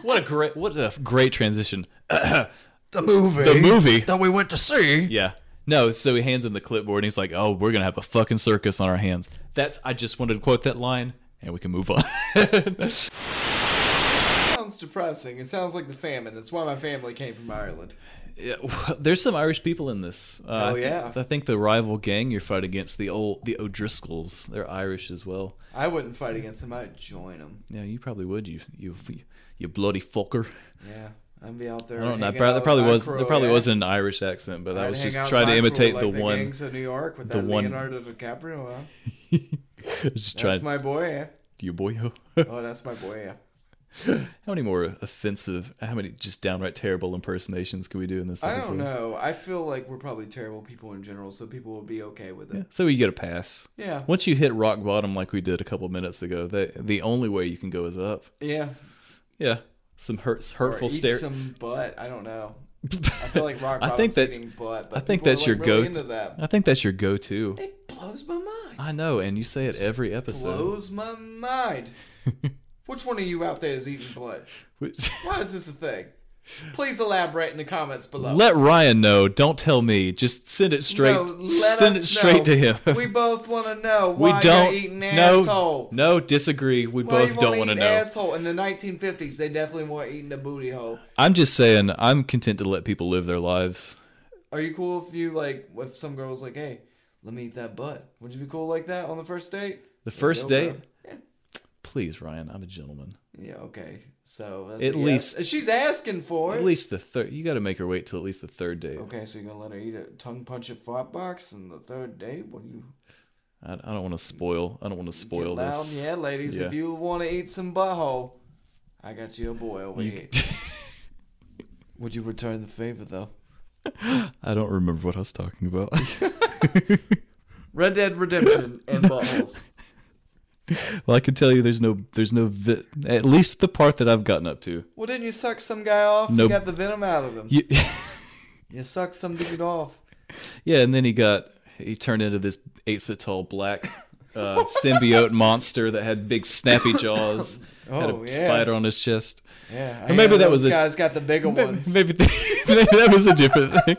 A: what a great, what a great transition.
B: The movie.
A: The movie.
B: that we went to see.
A: Yeah. No, so he hands him the clipboard and he's like, "Oh, we're gonna have a fucking circus on our hands." That's. I just wanted to quote that line, and we can move on.
B: sounds depressing. It sounds like the famine. That's why my family came from Ireland.
A: Yeah, well, there's some Irish people in this. Uh, I
B: Oh,
A: think-
B: yeah.
A: I think the rival gang you're fighting against, the old the O'Driscolls, they're Irish as well.
B: I wouldn't fight against them. I'd join them.
A: Yeah, you probably would. You you you bloody fucker.
B: Yeah, I'd be out there.
A: I don't know.
B: hanging
A: Probably,
B: out
A: probably
B: with my
A: was. There
B: crew,
A: probably
B: yeah.
A: wasn't an Irish accent, but I
B: I'd
A: was
B: hang
A: just
B: out with
A: trying to
B: my crew
A: imitate
B: like
A: the one.
B: gangs of New York with
A: the
B: that
A: one-
B: Leonardo DiCaprio. Huh?
A: Just
B: That's
A: trying.
B: my boy. Yeah.
A: You boy.
B: Oh, that's my boy. Yeah.
A: how many more offensive? How many just downright terrible impersonations can we do in this?
B: I
A: episode?
B: don't know. I feel like we're probably terrible people in general, so people will be okay with it.
A: So you get a pass.
B: Yeah.
A: Once you hit rock bottom, like we did a couple minutes ago, that the only way you can go is up.
B: Yeah.
A: Yeah. Some hurts,
B: Or
A: hurtful
B: eat
A: stare.
B: some butt. I don't know. I feel like rock
A: I
B: bottom's
A: think that's-
B: eating butt. But
A: I think
B: people are,
A: that's your
B: like, really
A: go-
B: Into that.
A: I think that's your go-to.
B: It blows my mind.
A: I know, and you say it every episode.
B: blows my mind. Which one of you out there is eating blood?
A: Which-
B: Why is this a thing? Please elaborate in the comments below.
A: let Ryan know. Don't tell me. Just send it straight.
B: No, let
A: send
B: us
A: it straight
B: know.
A: to him.
B: we both want to know
A: We
B: why
A: don't.
B: you're eating
A: no,
B: asshole.
A: no, disagree. We
B: Why
A: both
B: you
A: don't
B: wanna
A: want to
B: eat
A: know.
B: Asshole. In the 1950s, they definitely weren't eating a booty hole.
A: I'm just saying. I'm content to let people live their lives.
B: Are you cool if you like if some girls like, hey, let me eat that butt? Would you be cool like that on the first date?
A: The first
B: no,
A: date.
B: bro.
A: Please, Ryan. I'm a gentleman.
B: Yeah. Okay. So that's
A: At
B: a
A: least-
B: yes. she's asking for it.
A: At least the third. You got to make her wait till at least the third date.
B: Okay, so you're gonna let her eat a tongue punch a fart box on the third day? What do you
A: I, I don't want to spoil. I don't want to
B: get
A: spoil
B: loud?
A: this.
B: Yeah, ladies,
A: Yeah.
B: if you wanna eat some butthole, I got you a boy over here. Would you return the favor though?
A: I don't remember what I was talking about.
B: Red Dead Redemption and buttholes.
A: Well, I can tell you, there's no, there's no, vi- at least the part that I've gotten up to.
B: Well didn't you suck some guy off?
A: Nope.
B: You got the venom out of him. You,
A: You,
B: sucked some dude off.
A: yeah, and then he got, he turned into this eight foot tall black uh, symbiote monster that had big snappy jaws, had a
B: Oh, yeah.
A: spider on his chest.
B: Yeah.
A: Or maybe that was a-
B: a guy's got the bigger ones.
A: Maybe, th- maybe that was a different thing.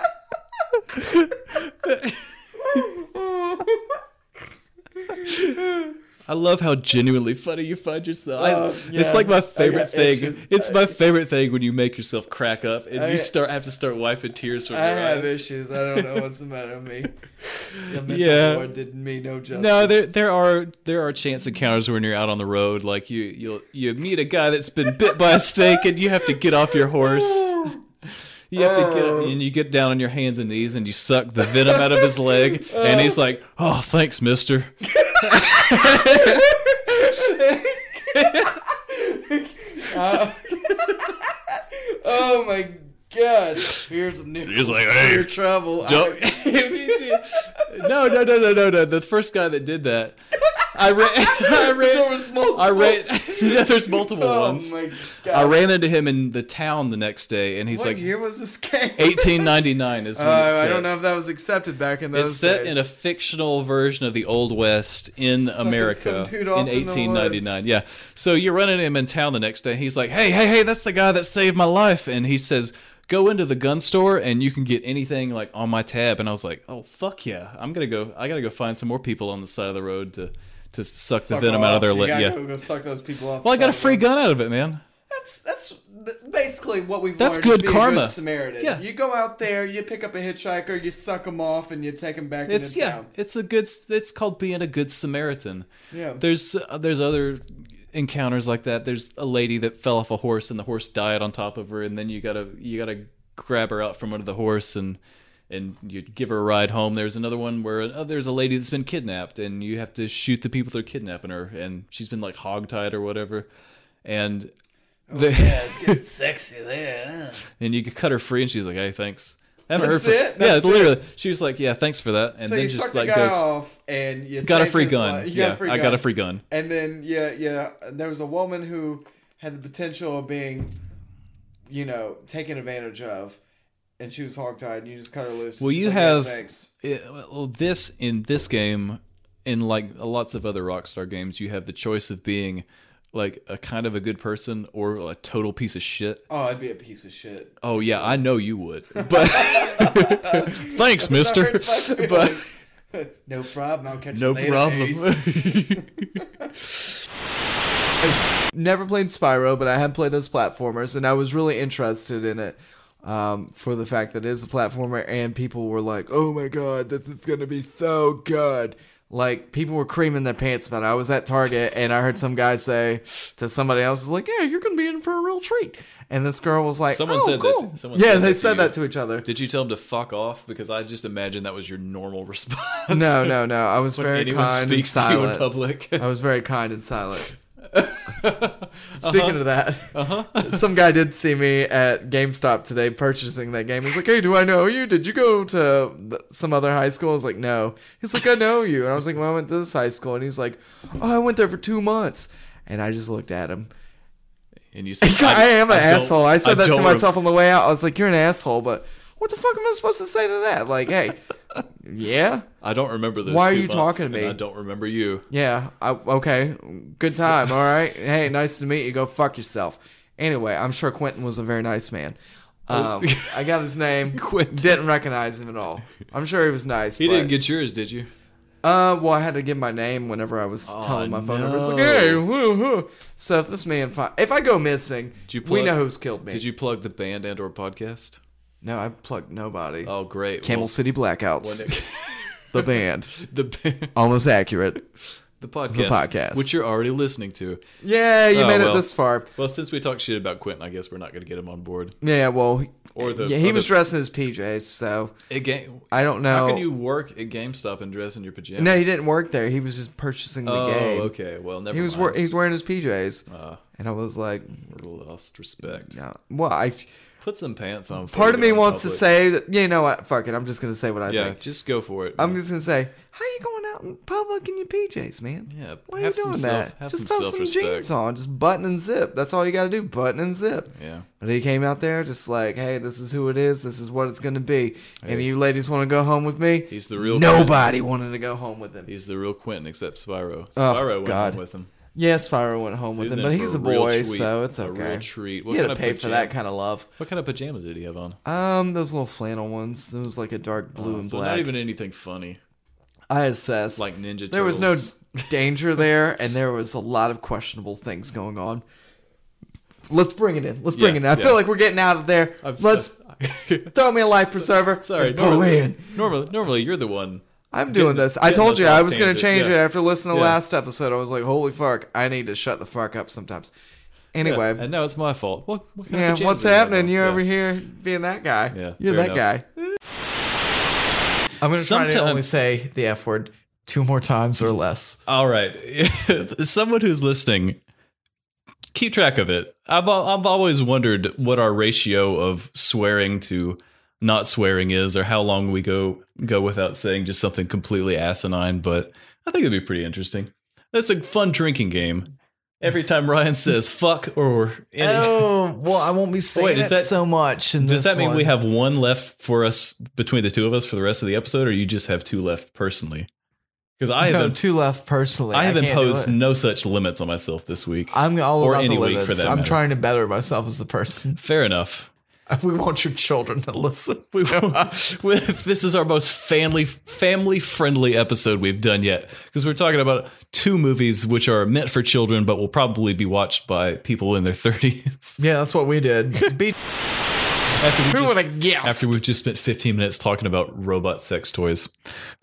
A: I love how genuinely funny you find yourself. I-
B: Oh,
A: It's
B: yeah.
A: like
B: I
A: my
B: got
A: favorite thing.
B: issues.
A: It's my favorite thing when you make yourself crack up and you
B: got-
A: start have to start wiping tears from
B: I
A: your
B: have
A: eyes.
B: issues. I don't know what's the matter with me. The mental
A: Yeah.
B: ward did me no justice.
A: No, there there are there are chance encounters when you're out on the road. Like you you you meet a guy that's been bit by a snake and you have to get off your horse. You have to get up and you get down on your hands and knees and you suck the venom out of his leg and he's like, "Oh, thanks, Mister."
B: Oh my god. Here's a new
A: He's like, "Hey,
B: your trouble.
A: don't- no, no, no, no, no, no. The first guy that did that, I ran, I ran,
B: There was multiple.
A: I ran. yeah, there's multiple
B: Oh
A: ones.
B: my god.
A: I ran into him in the town the next day, and he's
B: What
A: like,
B: year was this game?
A: 1899 is when
B: Uh,
A: it's
B: I
A: set.
B: don't know if that was accepted back in those
A: It's set
B: days.
A: in a fictional version of the Old West in America
B: some dude
A: in
B: off in the
A: 1899. yeah. So you're running him in town the next day. He's like, "Hey, hey, hey, that's the guy that saved my life." And he says, "Go into the gun store and you can get anything like on my tab." And I was like, "Oh fuck yeah! I'm gonna go. I gotta go find some more people on the side of the road to to suck,
B: Suck
A: the venom out
B: off.
A: of their
B: You
A: lip."
B: gotta
A: Yeah.
B: Go, go suck those people off.
A: Well, I got a
B: Suck
A: free
B: them.
A: gun out of it, man.
B: that's that's th- basically what we've
E: That's
B: learned. is
E: good
B: be a
E: karma.
B: Samaritan.
E: Yeah.
B: You go out there, you pick up a hitchhiker, you suck them off, and you take them back
A: It's
B: into
A: yeah,
B: town.
A: it's a good. It's called being a good Samaritan.
B: Yeah.
A: There's uh, there's other encounters like that. There's a lady that fell off a horse and the horse died on top of her, and then you gotta you gotta grab her out from under the horse and and you give her a ride home. There's another one where uh, there's a lady that's been kidnapped, and you have to shoot the people that are kidnapping her, and she's been like hogtied or whatever, and.
B: Oh,
A: the-
B: Sexy there.
A: and you could cut her free, and she's like, "Hey, thanks." I haven't
B: That's
A: heard from-
B: it? That's
A: yeah, literally. She was like, "Yeah, thanks for that," and
B: So
A: then
B: you
A: just
B: sucked the
A: like
B: guy
A: goes,
B: off, and you
A: got a
B: saved
A: free
B: his
A: gun.
B: life. You
A: yeah,
B: got a free
A: I
B: gun.
A: got a free gun.
B: And then yeah, yeah, there was a woman who had the potential of being, you know, taken advantage of, and she was hogtied, and you just cut her loose. and
A: Well,
B: she's
A: you
B: like, "Yeah,
A: have
B: thanks.
A: it- well, this in this game, in like lots of other Rockstar games, you have the choice of being like a kind of a good person or a total piece of shit.
B: Oh, I'd be a piece of shit.
A: Oh yeah, I know you would, but thanks, Mister. But
B: but no problem. I'll catch
A: no
B: you later.
A: problem.
B: Ace. never played Spyro, but I had played those platformers, and I was really interested in it um, for the fact that it is a platformer, and people were like, "Oh my god, this is gonna be so good!" Like people were creaming their pants about it. I was at Target, and I heard some guy say to somebody else, "Like, yeah, you're gonna be in for a real treat." And this girl was like,
A: Someone
B: "Oh,
A: said that-
B: cool.
A: someone
B: yeah,
A: said
B: they
A: that to
B: said
A: you.
B: that to each other.
A: Did you tell him to fuck off? Because I just imagine that was your normal response.
B: no, no, no. I was
A: when
B: very
A: anyone
B: kind
A: speaks
B: and
A: to
B: silent.
A: you in public.
B: I was very kind and silent. Speaking of that, some guy did see me at GameStop today purchasing that game. He's like, "Hey, do I know you? Did you go to th- some other high school?" I was like, "No." He's like, "I know you," and I was like, "Well, I went to this high school," and he's like, "Oh, I went there for two months," and I just looked at him.
A: And you said,
B: I, am an
A: don't-
B: asshole. I said that to
A: don't
B: myself on the way out. I was like, "You're an asshole," but what the fuck am I supposed to say to that? Like, hey, yeah,
A: I don't remember those.
B: Why are
A: two
B: you
A: months,
B: talking to
A: and
B: me?
A: I don't remember you.
B: Yeah. I, okay. Good time. all right. Hey, nice to meet you. Go fuck yourself. Anyway, I'm sure Quentin was a very nice man. Um, I got his name.
A: Quentin.
B: Didn't recognize him at all. I'm sure he was nice.
A: He
B: but,
A: didn't get yours, did you?
B: Uh, well, I had to give my name whenever I was telling my phone number. It's like,
A: no.
B: hey, whoo, whoo. So if this man, fi- if I go missing,
A: you
B: we
A: plug-
B: know who's killed me.
A: Did you plug the band and/or podcast?
B: No, I plugged nobody.
A: Oh, great.
B: Camel City Blackouts.
A: Well, when it-
B: the band.
A: the ba-
B: Almost accurate.
A: the podcast,
B: podcast.
A: which you're already listening to.
B: Yeah, you
A: Oh,
B: made
A: well.
B: it this far.
A: Well, since we talked shit about Quentin, I guess we're not going to get him on board.
B: Yeah, well,
A: Or the
B: yeah, he
A: or
B: was
A: the-
B: dressed in his PJs, so
A: at Game.
B: I don't know.
A: How can you work at GameStop and dress in your pajamas?
B: No, he didn't work there. He was just purchasing the
A: Oh,
B: game.
A: okay. Well, never
B: He was
A: mind. Uh,
B: wor- he was wearing his PJs, and I was like,
A: lost respect.
B: no. Well, I
A: Put some pants on. before
B: part
A: you go
B: of me
A: in
B: wants to
A: public.
B: say, that, you know what? Fuck it. I'm just gonna say what I
A: yeah,
B: think.
A: just go for it.
B: I'm just gonna say, how you going out in public in your PJs, man?
A: Yeah,
B: why
A: have
B: are you
A: some
B: doing
A: self-
B: that?
A: have
B: Just
A: some
B: throw some
A: self-respect.
B: jeans on, just button and zip. That's all you gotta do, button and zip.
A: yeah.
B: But he came out there just like, hey, this is who it is. This is what it's gonna be. And you ladies want to go home with me?
A: He's the real
B: Nobody wanted to go home with him.
A: He's the real Quentin, except Spyro. Spyro went
B: God.
A: home with him.
B: Yeah, Spyro went home with
A: he's
B: him,
A: in
B: but
A: for
B: he's
A: a
B: a
A: real
B: boy,
A: treat,
B: so it's
A: a
B: okay.
A: real treat. What
B: You gotta
A: kind of
B: pay for that
A: pajama-
B: kind of love.
A: What kind of pajamas did he have on?
B: Um, those little flannel ones. Those like a dark blue and
A: Oh, so
B: black.
A: not even anything funny.
B: I assessed.
A: Like Ninja
B: There was no
A: Turtles.
B: danger there, and there was a lot of questionable things going on. Let's bring it in. Let's bring
A: Yeah,
B: it in. I
A: yeah.
B: feel like we're getting out of there.
A: I've-
B: Let's throw me a life preserver.
A: Sorry,
B: and Go in.
A: normally, normally, normally you're the one.
B: I'm doing this. I
A: getting
B: told
A: us
B: you I
A: off
B: was going to
A: tangent,
B: change
A: yeah.
B: it after listening to
A: Yeah.
B: last episode. I was like, holy fuck, I need to shut the fuck up sometimes.
A: Yeah,
B: Anyway.
A: and now it's my fault. What? what kind of
B: Yeah,
A: pajamas
B: what's
A: did he have
B: happening?
A: on?
B: You're
A: Yeah.
B: over here being that guy.
A: Yeah,
B: you're
A: fair
B: that
A: enough.
B: guy. I'm gonna try to
A: Sometime-
B: only say the F word two more times or less.
A: All right. Someone who's listening, keep track of it. I've al- I've always wondered what our ratio of swearing to not swearing is, or how long we go go without saying just something completely asinine. But I think it'd be pretty interesting. That's a fun drinking game. Every time Ryan says "fuck" or any,
B: Oh well, I won't be saying
A: Wait, is
B: it
A: that-
B: so much. In
A: does
B: this
A: that mean
B: one.
A: we have one left for us between the two of us for the rest of the episode, or you just have two left personally? Because I
B: no,
A: have imp-
B: two left personally?
A: I have
B: can't do
A: imposed
B: it.
A: no such limits on myself this week.
B: I'm all
A: or
B: about
A: any
B: the
A: week,
B: limits.
A: for that
B: I'm
A: matter.
B: trying to better myself as a person.
A: Fair enough.
B: We want your children to listen.
A: We-
B: to us.
A: we- this is our most family family friendly episode we've done yet because we're talking about two movies which are meant for children but will probably be watched by people in their 30s
B: yeah, that's what we did. Be
A: after we
B: Who
A: just-
B: would've guessed?
A: after we've just spent 15 minutes talking about robot sex toys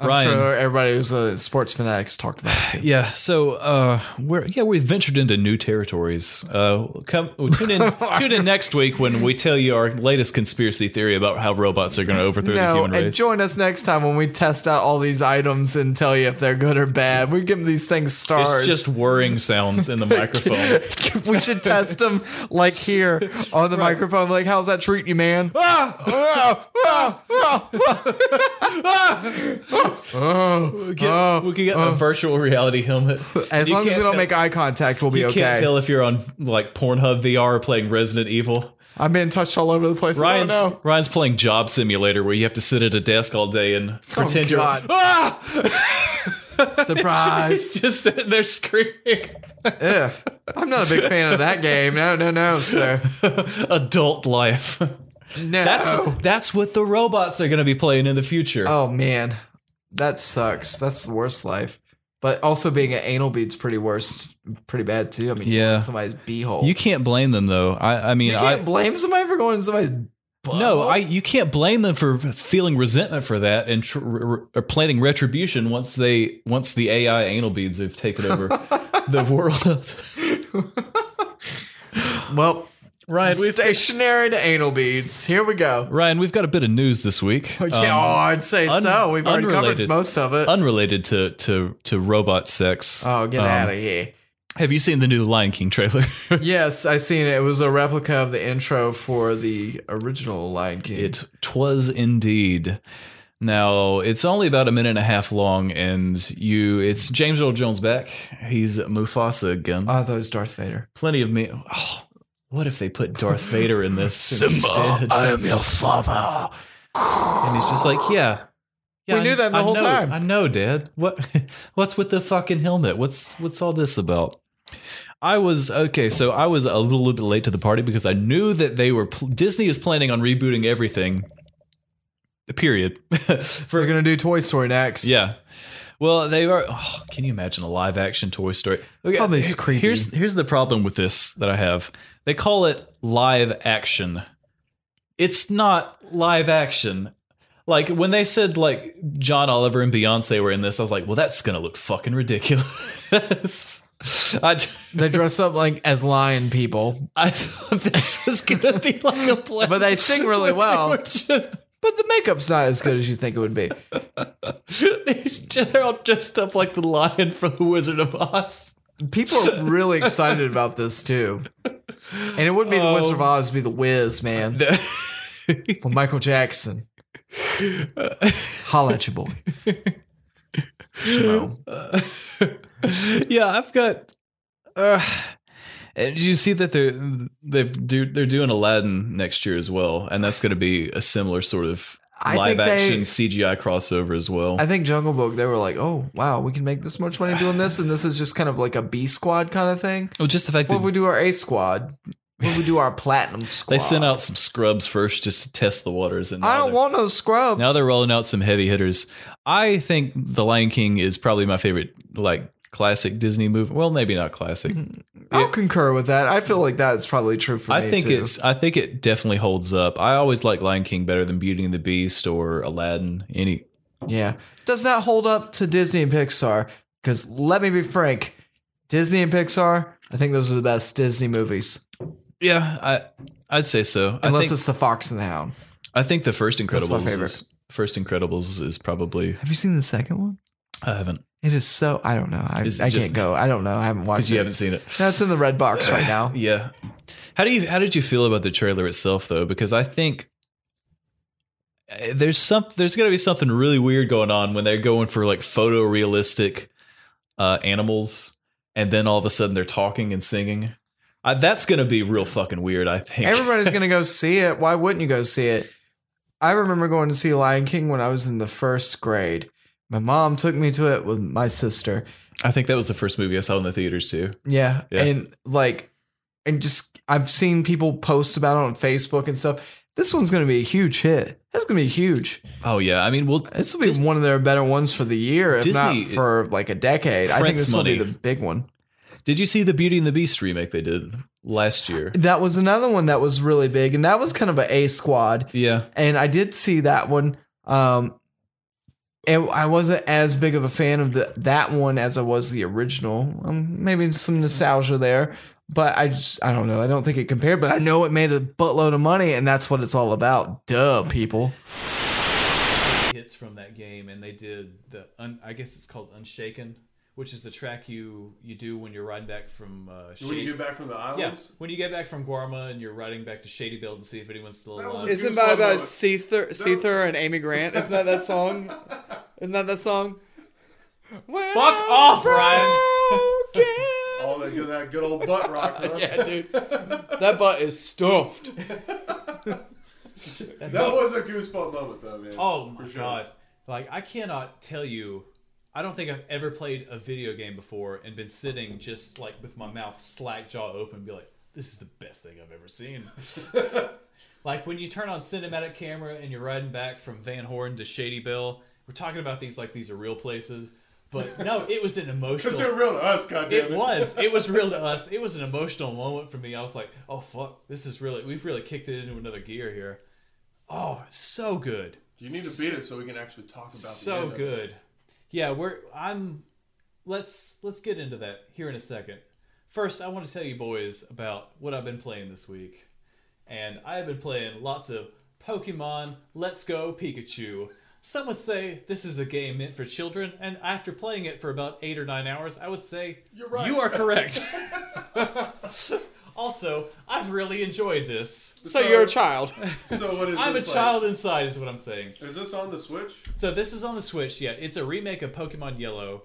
B: I'm
A: Ryan
B: sure everybody who's a sports fanatics talked about it too.
A: yeah so uh we're yeah we've ventured into new territories uh come well, tune in tune in next week when we tell you our latest conspiracy theory about how robots are going to overthrow the
B: No,
A: human
B: and
A: race
B: join us next time when we test out all these items and tell you if they're good or bad. We give them these things
A: it's
B: stars.
A: just whirring sounds in the microphone
B: we should test them like here on the microphone. Like, how's that treating you, man? Ah, ah, ah, ah, ah. Oh,
A: Get-
B: oh.
A: we can get a virtual reality helmet.
B: As
A: You
B: long
A: can't
B: as we don't
A: tell-
B: make eye contact, we'll be
A: you
B: okay.
A: can't tell if you're on like Pornhub VR or playing Resident Evil.
B: I'm being touched all over the place. Ryan,
A: Ryan's
B: I don't know.
A: Ryan's playing Job Simulator where you have to sit at a desk all day and pretend you're
B: Oh, God.
A: ah!
B: Surprise.
A: just sitting there screaming.
B: Ugh. I'm not a big fan of that game. No, no, no, sir.
A: Adult life.
B: No.
A: That's that's what the robots are going to be playing in the future.
B: oh man, that sucks. That's the worst life. But also being an anal beads pretty worst, pretty bad too. I mean,
A: Yeah.
B: yeah, somebody's beehole.
A: You can't blame them though. I I mean
B: You
A: I
B: can't blame somebody for going to somebody's. Butt.
A: No, I you can't blame them for feeling resentment for that and tr- r- or planning retribution once they once the AI anal beads have taken over the world.
B: Well,
A: Ryan, we've
B: stationary to anal beads. Here we go.
A: Ryan, we've got a bit of news this week.
B: Yeah,
A: um,
B: oh, I'd say
A: un-
B: so. We've already
A: unrelated-
B: covered most of it.
A: unrelated to to to robot sex.
B: oh, get
A: Um,
B: out of here.
A: Have you seen the new Lion King trailer?
B: Yes, I seen it. It was a replica of the intro for the original Lion King.
A: It twas indeed. Now it's only about a minute and a half long, and you it's James Earl Jones back. He's Mufasa again.
B: oh, those Darth Vader.
A: plenty of me. Oh, what if they put Darth Vader in this instead?
B: am your father.
A: and he's just like, yeah. yeah
B: We knew that the whole
A: know-
B: time.
A: I know, Dad. What? What's with the fucking helmet? What's What's all this about? I was okay, so I was a little bit late to the party because I knew that they were pl- Disney is planning on rebooting everything. Period.
B: We're
A: For
B: gonna do Toy Story next.
A: yeah. Well, they are. Oh, can you imagine a live action Toy Story? Okay,
B: Probably
A: here-
B: creepy.
A: Here's here's the problem with this that I have. They call it live action. It's not live action. Like when they said like John Oliver and Beyonce were in this, I was like, well, that's gonna look fucking ridiculous. I, j-
B: they dress up like as lion people,
A: I thought this was gonna be like a play,
B: but they sing really well.
A: We're just-
B: But the makeup's not as good as you think it would be.
A: These- they're all dressed up like the lion from the Wizard of Oz.
B: People are really excited about this too, and it wouldn't be the
A: Um,
B: Wizard of Oz; it'd be the Wiz man. Well, Michael Jackson. Holla at your boy. Shmo.
A: yeah, I've got. Uh, and you see that they're they've do they're doing Aladdin next year as well, and that's going to be a similar sort of
B: I think
A: live action
B: they-
A: CGI crossover as well.
B: I think Jungle Book. They were like, "Oh wow, we can make this much money doing this," and this is just kind of like a B squad kind of thing.
A: well, just the fact
B: What
A: that
B: if we do our A squad? What if we do our platinum squad?
A: they sent out some scrubs first just to test the waters, and
B: I
A: now
B: don't
A: they're-
B: want no scrubs.
A: now they're rolling out some heavy hitters. I think The Lion King is probably my favorite like classic Disney movie. Well, maybe not classic.
B: Mm-hmm. I'll concur with that. I feel like that's probably true for me.
A: I think
B: too.
A: it's I think it definitely holds up. I always like Lion King better than Beauty and the Beast or Aladdin. Any
B: yeah, does not hold up to Disney and Pixar. Because let me be frank, Disney and Pixar, I think those are the best Disney movies,
A: Yeah, I I'd say so.
B: unless
A: I think,
B: it's The Fox and the Hound.
A: I think the first
B: That's my
A: Incredibles
B: favorite.
A: is first Incredibles is probably
B: Have you seen the second one?
A: I haven't
B: It is so I don't know. I,
A: Is it
B: I
A: just-
B: can't go. I don't know. I haven't watched
A: because you
B: it.
A: haven't seen it.
B: That's in the red box right now.
A: Yeah. How do you how did you feel about the trailer itself though? Because I think eh, there's some there's gonna be something really weird going on when they're going for like photorealistic uh, animals, and then all of a sudden they're talking and singing. I, that's gonna be real fucking weird. I think.
B: Everybody's gonna go see it. Why wouldn't you go see it? I remember going to see Lion King when I was in the first grade. My mom took me to it with my sister.
A: I think that was the first movie I saw in the theaters too.
B: Yeah.
A: Yeah.
B: And like and just I've seen people post about it on Facebook and stuff. This one's gonna be a huge hit. That's gonna be huge.
A: Oh yeah, I mean, we'll
B: This will be one of their better ones for the year, if
A: Disney-
B: not for like a decade. I think
A: prints
B: this will be
A: money.
B: the big one.
A: Did you see the Beauty and the Beast remake they did last year?
B: That was another one that was really big, and that was kind of a A squad.
A: Yeah.
B: And I did see that one. Um, and I wasn't as big of a fan of the, that one as I was the original. Um, maybe some nostalgia there, but I just I don't know. I don't think it compared, but I know it made a buttload of money, and that's what it's all about. Duh, people.
A: hits from that game, and they did the un, I guess it's called Unshaken, which is the track you you do when you're riding back from uh,
E: When you
A: Shady-
E: get back from the
A: yeah,
E: islands,
A: when you get back from Guarma and you're riding back to Shady Belt to see if anyone's still
E: That was
A: alive.
E: a-
F: Isn't
E: Goosebumps
F: that about
E: moment.
F: Seether, Seether and Amy Grant? Isn't that that song? Isn't that that song? Fuck
A: Fuck off, Ryan.
E: all that good, that good old butt rock. Huh?
F: yeah, dude. That butt is stuffed.
E: That was a goosebump moment, though, man.
A: oh my god! Like I cannot tell you. I don't think I've ever played a video game before and been sitting just like with my mouth slack jaw open, and be like, "This is the best thing I've ever seen." like when you turn on cinematic camera and you're riding back from Van Horn to Shady Bill, we're talking about these like these are real places, but no, it was an emotional.
E: Because they're real to us, goddamn
A: It was. It was real to us. It was an emotional moment for me. I was like, "Oh fuck, this is really. We've really kicked it into another gear here." Oh, it's so good,
E: You need to beat it so we can actually talk about. the
A: so
E: end of it.
A: good. Yeah, we're. I'm. Let's let's get into that here in a second. First, I want to tell you boys about what I've been playing this week, and I have been playing lots of Pokemon Let's Go Pikachu. Some would say this is a game meant for children, and after playing it for about eight or nine hours, I would say You're right. you are correct. also, I've really enjoyed this.
F: So you're a child.
E: So what is
A: I'm a
E: this like?
A: child inside, is what I'm saying.
E: Is this on the Switch?
A: So this is on the Switch. Yeah, it's a remake of Pokemon Yellow.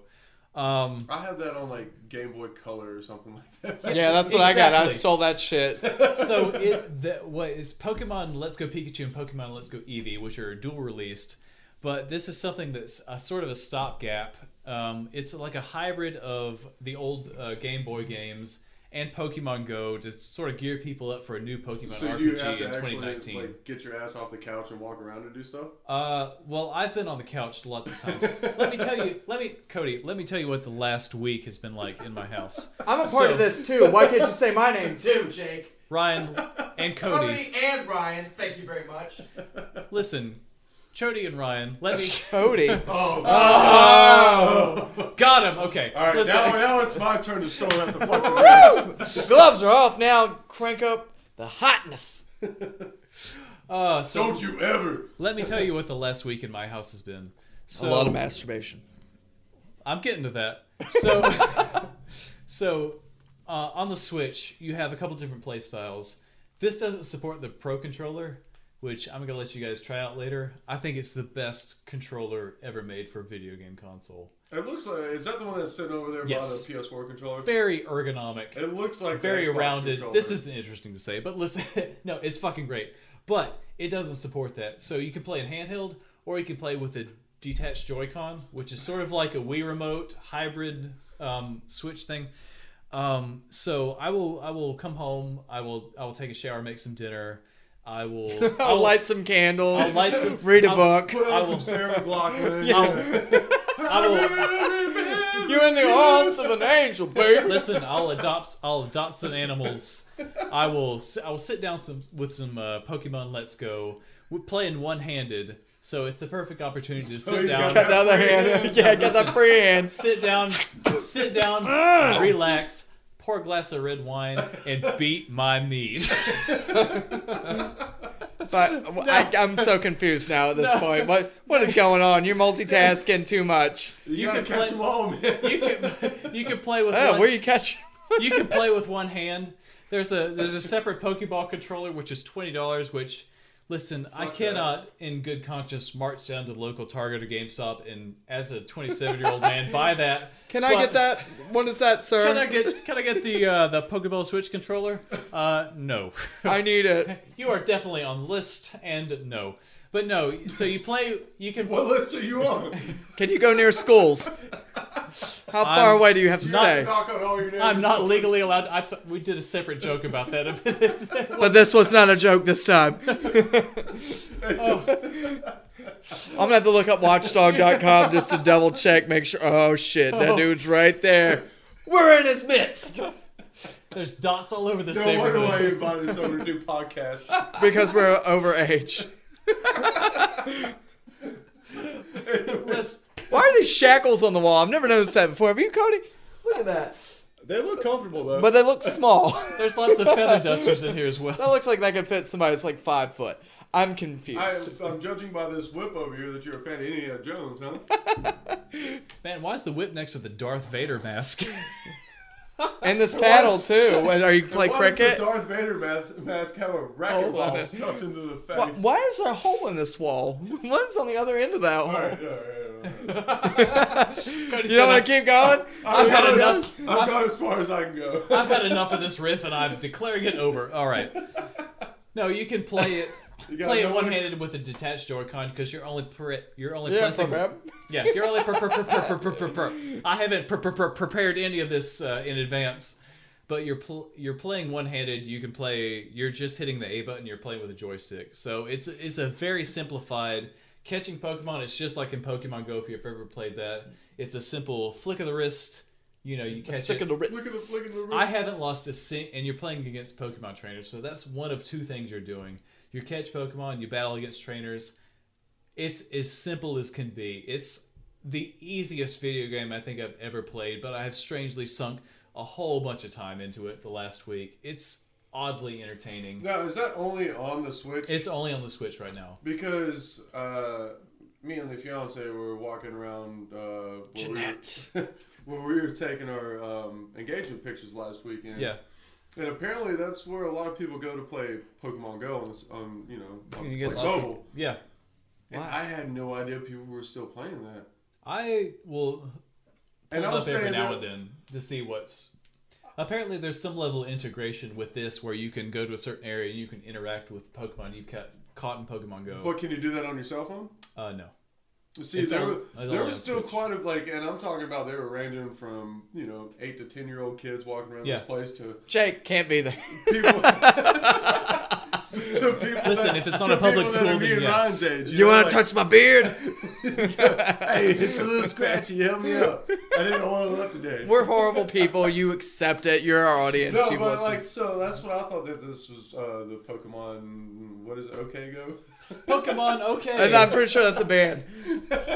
A: Um,
E: I had that on like Game Boy Color or something like that.
F: Yeah, that's what I got. I
A: Exactly.
F: stole that shit.
A: so it the, what is Pokemon Let's Go Pikachu and Pokemon Let's Go Eevee, which are dual released, but this is something that's a sort of a stopgap. Um, it's like a hybrid of the old uh, Game Boy games and Pokemon Go to sort of gear people up for a new Pokemon
E: So do you have
A: RPG
E: to
A: in
E: actually
A: 2019.
E: like get your ass off the couch and walk around and do stuff?
A: Uh, well, I've been on the couch lots of times. let me tell you, let me Cody, let me tell you what the last week has been like in my house.
F: I'm a part
A: So-
F: of this too. Why can't you say my name too, Jake?
A: Ryan and Cody.
F: Cody and Ryan, thank you very much.
A: Listen, Chody and Ryan, let me.
F: Cody.
A: Got him. Okay.
E: All right,
A: Listen, uh,
E: now, now it's my turn to storm at the fucking. room.
F: Gloves are off now. Crank up the hotness.
A: uh, so
E: Don't you ever?
A: let me tell you what the last week in my house has been. So
F: A lot of masturbation.
A: I'm getting to that. So, so uh, on the Switch, you have a couple different play styles. This doesn't support the Pro controller, which I'm gonna let you guys try out later. I think it's the best controller ever made for a video game console.
E: It looks like is that the one that's sitting over there
A: Yes.
E: by the PS4 controller?
A: Very ergonomic.
E: It looks like the
A: very
E: Xbox
A: rounded.
E: controller.
A: This isn't interesting to say, but listen, no, it's fucking great. But it doesn't support that, so you can play in handheld or you can play with a detached Joy-Con, which is sort of like a Wii remote hybrid um, Switch thing. Um, so I will, I will come home. I will, I will take a shower, make some dinner. I will, I
F: I'll
A: will
F: light some candles.
A: I'll light some-
F: Read a
A: I'll-
F: book.
E: Put
A: I
E: on
A: will-
E: some Sarah McLaughlin.
A: I will
F: You're in the arms of an angel, baby.
A: listen. I'll adopt, I'll adopt some animals. I will, s- I will sit down some with some uh, Pokemon Let's Go, We're playing one-handed. So it's the perfect opportunity to sit
E: he's
A: down.
E: got
F: The other hand, yeah, because I'm free hand.
A: sit down, sit down, relax, pour a glass of red wine, and beat my meat.
F: But I, I'm so confused now at this point. What what is going on? You're multitasking too much.
E: You, gotta
A: can
E: catch
A: play-
E: them all, man.
A: You can you can play with
F: Oh,
A: one,
F: where you catch?
A: you can play with one hand. There's a there's a separate Pokeball controller which is twenty dollars. Which listen, I cannot in good conscience march down to local Target or GameStop and as a 27 year old man buy that.
F: Can I
A: But-
F: get that? What is that, sir?
A: Can I get can I get the uh, the Pokeball Switch controller? Uh, no.
F: I need it.
A: you are definitely on the list and no but no so you play you can
E: What list are you on?
F: Can you go near schools? How far away do you have to
E: Knock-
F: stay?
E: Knock on all your neighbors.
A: I'm not legally allowed. I t- we did a separate joke about that.
F: But this was not a joke this time. I'm gonna have to look up watchdog.com just to double check, make sure. Oh shit, that dude's right there. We're in his midst
A: There's dots all over this
E: No wonder
A: neighborhood.
E: why you invited us over to do podcasts.
F: because we're over age.
A: Let's-
F: Why are these shackles on the wall? I've never noticed that before. Have you, Cody? Look at that.
E: They look comfortable though.
F: But they look small. that
A: There's lots of feather dusters in here as well.
F: looks like that could fit somebody that's like five foot. I'm confused.
E: I, I'm judging by this whip over here that you're a fan of Indiana Jones, huh?
G: Man, why is the whip next to the Darth Vader mask?
F: and this paddle too. What, Are you play
E: Why Does
F: cricket?
E: the Darth Vader mask, mask have a racquetball
F: Hold on.
E: stuffed into the face?
F: Why, why is there a hole in this wall? One's on the other end of that hole.
E: Alright, alright, alright.
A: Cody
F: You don't
A: said,
F: want to keep going?
E: I've
A: had
E: gone-
A: enough.
E: I've gone as far as I can go.
A: I've had enough of this riff, and I'm declaring it over. All right. No, you can play it.
E: gotta
A: Play it
E: know
A: one
E: when to-
A: handed with a detached Joy-Con because you're only pre- you're only
F: Yeah,
A: pressing.
F: program.
A: Yeah, you're only. Per- per- per- per- per- per- per- per- I haven't per- per- per- prepared any of this uh, in advance, but you're pl- you're playing one handed. You can play. You're just hitting the A button. You're playing with a joystick. So it's it's a very simplified catching Pokemon. It's just like in Pokemon Go if you've ever played that. It's a simple flick of the wrist. You know, you catch
F: Look
A: it.
F: at the wrist.
E: Look at the, look at the
A: I haven't lost a sing, and you're playing against Pokemon trainers, so that's one of two things you're doing. You catch Pokemon, you battle against trainers. It's as simple as can be. It's the easiest video game I think I've ever played, but I have strangely sunk a whole bunch of time into it the last week. It's oddly entertaining.
E: Now, is that only on the Switch?
A: It's only on the Switch right now.
E: because uh, me and the fiance were walking around. Uh, where
F: Jeanette.
E: We were, where we were taking our um, engagement pictures last weekend.
A: Yeah.
E: And apparently, that's where a lot of people go to play Pokemon Go on, this- on you know, on
F: You get
E: like
F: lots of-
E: mobile.
A: Yeah.
E: And I had no idea people were still playing that.
A: I will
E: And
A: pull it
E: I'm
A: up every
E: saying
A: now
E: that-
A: and then to see what's. Apparently, there's some level of integration with this where you can go to a certain area and you can interact with Pokemon you've ca- caught in Pokemon Go.
E: But can you do that on your cell phone?
A: Uh, no.
E: See,
A: It's
E: there,
A: on-
E: were-
A: it's only
E: there
A: on
E: was still
A: Switch.
E: quite a like, and I'm talking about they were ranging from you know eight to ten year old kids walking around
A: Yeah.
E: this place to
F: Jake can't be there.
E: people. to people
A: Listen,
E: that-
A: if it's not
E: to
A: a public
E: people that
A: school,
E: are
A: then
E: me and
A: yes.
E: Ryan's age,
F: You
E: know,
F: want
E: like,
F: to touch my beard?
E: Hey, it's a little scratchy. Help me up. I didn't oil up today.
F: We're horrible people. You accept it. You're our audience.
E: no,
F: you
E: but
F: listen.
E: like, so that's what I thought that this was uh, the Pokemon. What is it? Okay, go.
A: Pokemon, okay.
F: and I'm pretty sure that's a band.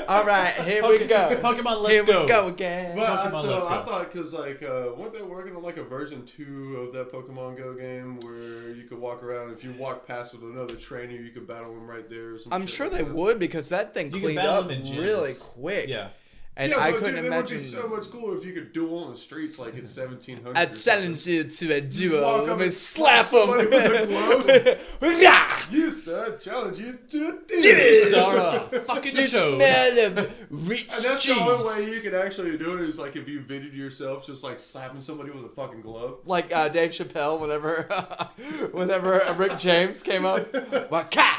F: All right, here we
A: Poke-
F: go.
A: Pokemon, let's
F: here
A: go.
F: we go again.
E: But I,
A: Pokemon
E: so
A: Let's
E: I
A: Go.
E: thought because like uh, weren't they working on like a version two of that Pokemon Go game where you could walk around if you walk past with another trainer you could battle him right there. Or some
F: I'm
E: shit
F: sure
E: like
F: they
E: that.
F: would because that thing
A: can
F: cleaned
A: battle
F: up
A: them in gyms.
F: really quick.
A: Yeah.
F: And
E: Yeah,
F: I
E: but
F: couldn't
E: dude,
F: imagine
E: It would be so much cooler if you could duel on the streets like in 1700.
F: I
E: or
F: challenge you to a
E: something. Just walk
F: duo.
E: up
F: Let me
E: and
F: slap
E: somebody
F: them.
E: with a glove.
F: Hurrah!
E: you sir, challenge you to
F: it.
E: this.
A: Zara, fucking
F: You
A: show.
F: smell of rich
E: And that's
F: cheese.
E: the only way you could actually do it is like if you videoed yourself just like slapping somebody with a fucking glove.
F: like uh, Dave Chappelle whenever whenever uh, Rick James came up. Waka!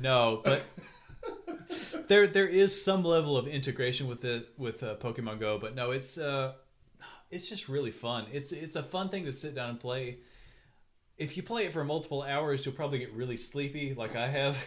A: No, but there there is some level of integration with the with uh, Pokemon Go, but no, it's uh, it's just really fun. It's it's a fun thing to sit down and play. If you play it for multiple hours, you'll probably get really sleepy, like I have,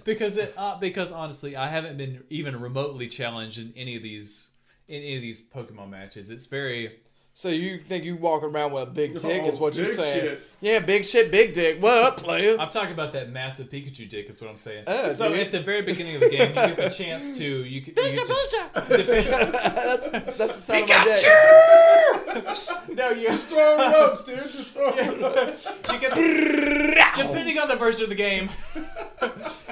A: because it uh, because honestly, I haven't been even remotely challenged in any of these in any of these Pokemon matches. It's very
F: So you think you walking around with a big dick is
E: Oh,
F: what you're
E: big
F: saying?
E: shit.
F: Yeah, big shit, big dick. What up, player?
A: I'm talking about that massive Pikachu dick. Is what I'm saying.
F: Oh,
A: so
F: dude.
A: at the very beginning of the game, you get the chance to you, c- you just,
F: That's the sound of my dick.
A: no you
E: Just throw it up, dude. Just throw it up.
A: You can, depending on the version of the game,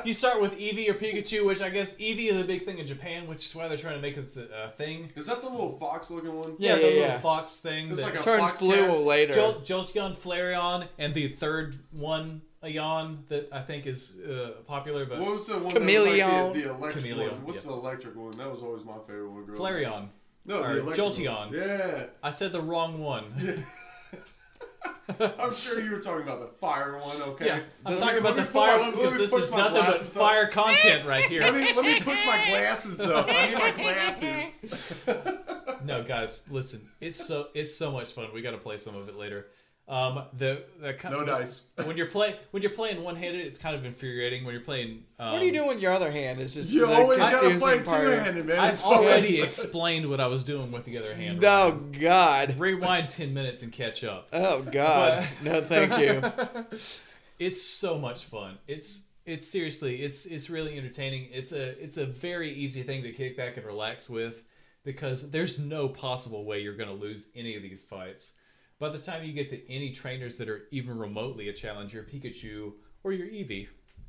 A: you start with Eevee or Pikachu, which I guess Eevee is a big thing in Japan, which is why they're trying to make this a, a thing.
E: Is that the little fox looking one?
F: Yeah,
A: the
F: yeah,
A: little
F: yeah.
A: fox thing.
E: It's
A: that-
E: like a
F: Turns
E: fox
F: blue
E: cat.
F: later.
A: Jol- Jolteon, Flareon, and the third one, a yawn that I think is uh, popular, but
E: What was the one? That
F: Chameleon.
E: was like the, the electric
A: Chameleon,
E: one. What's
A: yeah.
E: the electric one? That was always my favorite one. growing up.
A: Flareon.
E: No,
A: Or
E: the electric
A: Jolteon.
E: One. Yeah.
A: I said the wrong one.
E: I'm sure you were talking about the fire one, okay?
A: Yeah, I'm
E: Let
A: talking
E: me-
A: about the
E: let me
A: fire
E: put-
A: one
E: let
A: because
E: me
A: this
E: push
A: is
E: my
A: nothing but
E: glasses up.
A: fire content right here.
E: Let me, let me push my glasses up. I need my glasses.
H: guys, listen, it's so it's so much fun. We got to play some of it later. Um, the the kind
E: No dice.
H: when you're play when you're playing one handed, it's kind of infuriating. When you're playing, um,
F: What are you doing with your other hand? It's just
E: You
F: the
E: always gotta
F: confusing
E: play
F: part.
E: two handed, man.
H: I've
E: It's always-
H: already explained what I was doing with the other hand.
F: Oh God!
H: Rewind ten minutes and catch up.
F: Oh God! No, thank you.
H: It's so much fun. It's it's seriously it's it's really entertaining. It's a it's a very easy thing to kick back and relax with because there's no possible way you're going to lose any of these fights. By the time you get to any trainers that are even remotely a challenge, your Pikachu or your Eevee,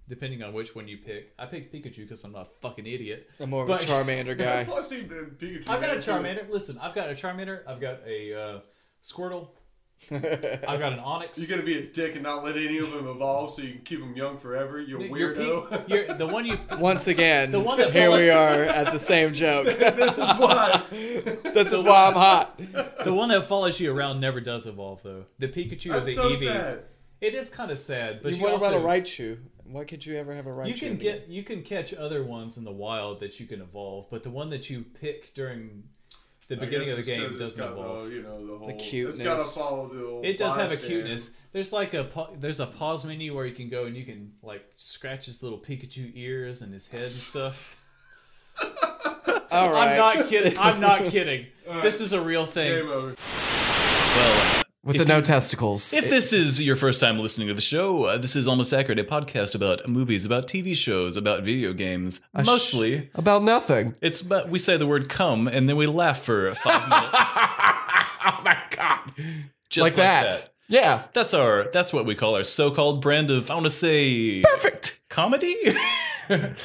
H: depending on which one you pick. I picked Pikachu because I'm not a fucking idiot.
F: I'm more of a
H: But-
F: Charmander guy.
E: Plus, he did Pikachu.
H: I've got a
E: man, too.
H: Charmander. Listen, I've got a Charmander. I've got a uh, Squirtle. I've got an Onyx.
E: You're gonna be a dick and not let any of them evolve, so you can keep them young forever. You
H: Your
E: weirdo.
H: Pik- your- the one you.
F: Once again,
H: one that
F: here
H: fell-
F: we are at the same joke.
E: this is why.
F: this is why I'm hot.
H: The one that follows you around never does evolve, though. The Pikachu or
E: That's
H: the
E: so
H: Eevee.
E: sad.
H: It is kind of sad, but
F: You
H: you,
F: what
H: also
F: about a Raichu? Why can't you ever have a Raichu?
H: you can
F: in the
H: get you can catch other ones in the wild that you can evolve, but the one that you pick during the
E: I
H: beginning
E: guess
H: of the game
E: it's 'cause it's
H: doesn't
E: got
H: evolve.
E: The, you know, the, whole, It's gotta
F: cuteness.
E: follow the old
H: It does have a
E: bystander.
H: cuteness. There's like a pa- there's a pause menu where you can go and you can like scratch his little Pikachu ears and his head and stuff.
F: All right.
H: I'm not kidding. I'm not kidding. This is a real thing.
E: Game over.
A: Well, uh,
B: With the no testicles.
A: if this is your first time listening to the show, uh, this is Almost Accurate, a podcast about movies, about TV shows, about video games, mostly.
B: about nothing.
A: It's but we say the word "come" and then we laugh for five minutes. oh my god! Just
B: Like, that. Yeah.
A: That's our. That's what we call our so-called brand of. I want to say perfect comedy.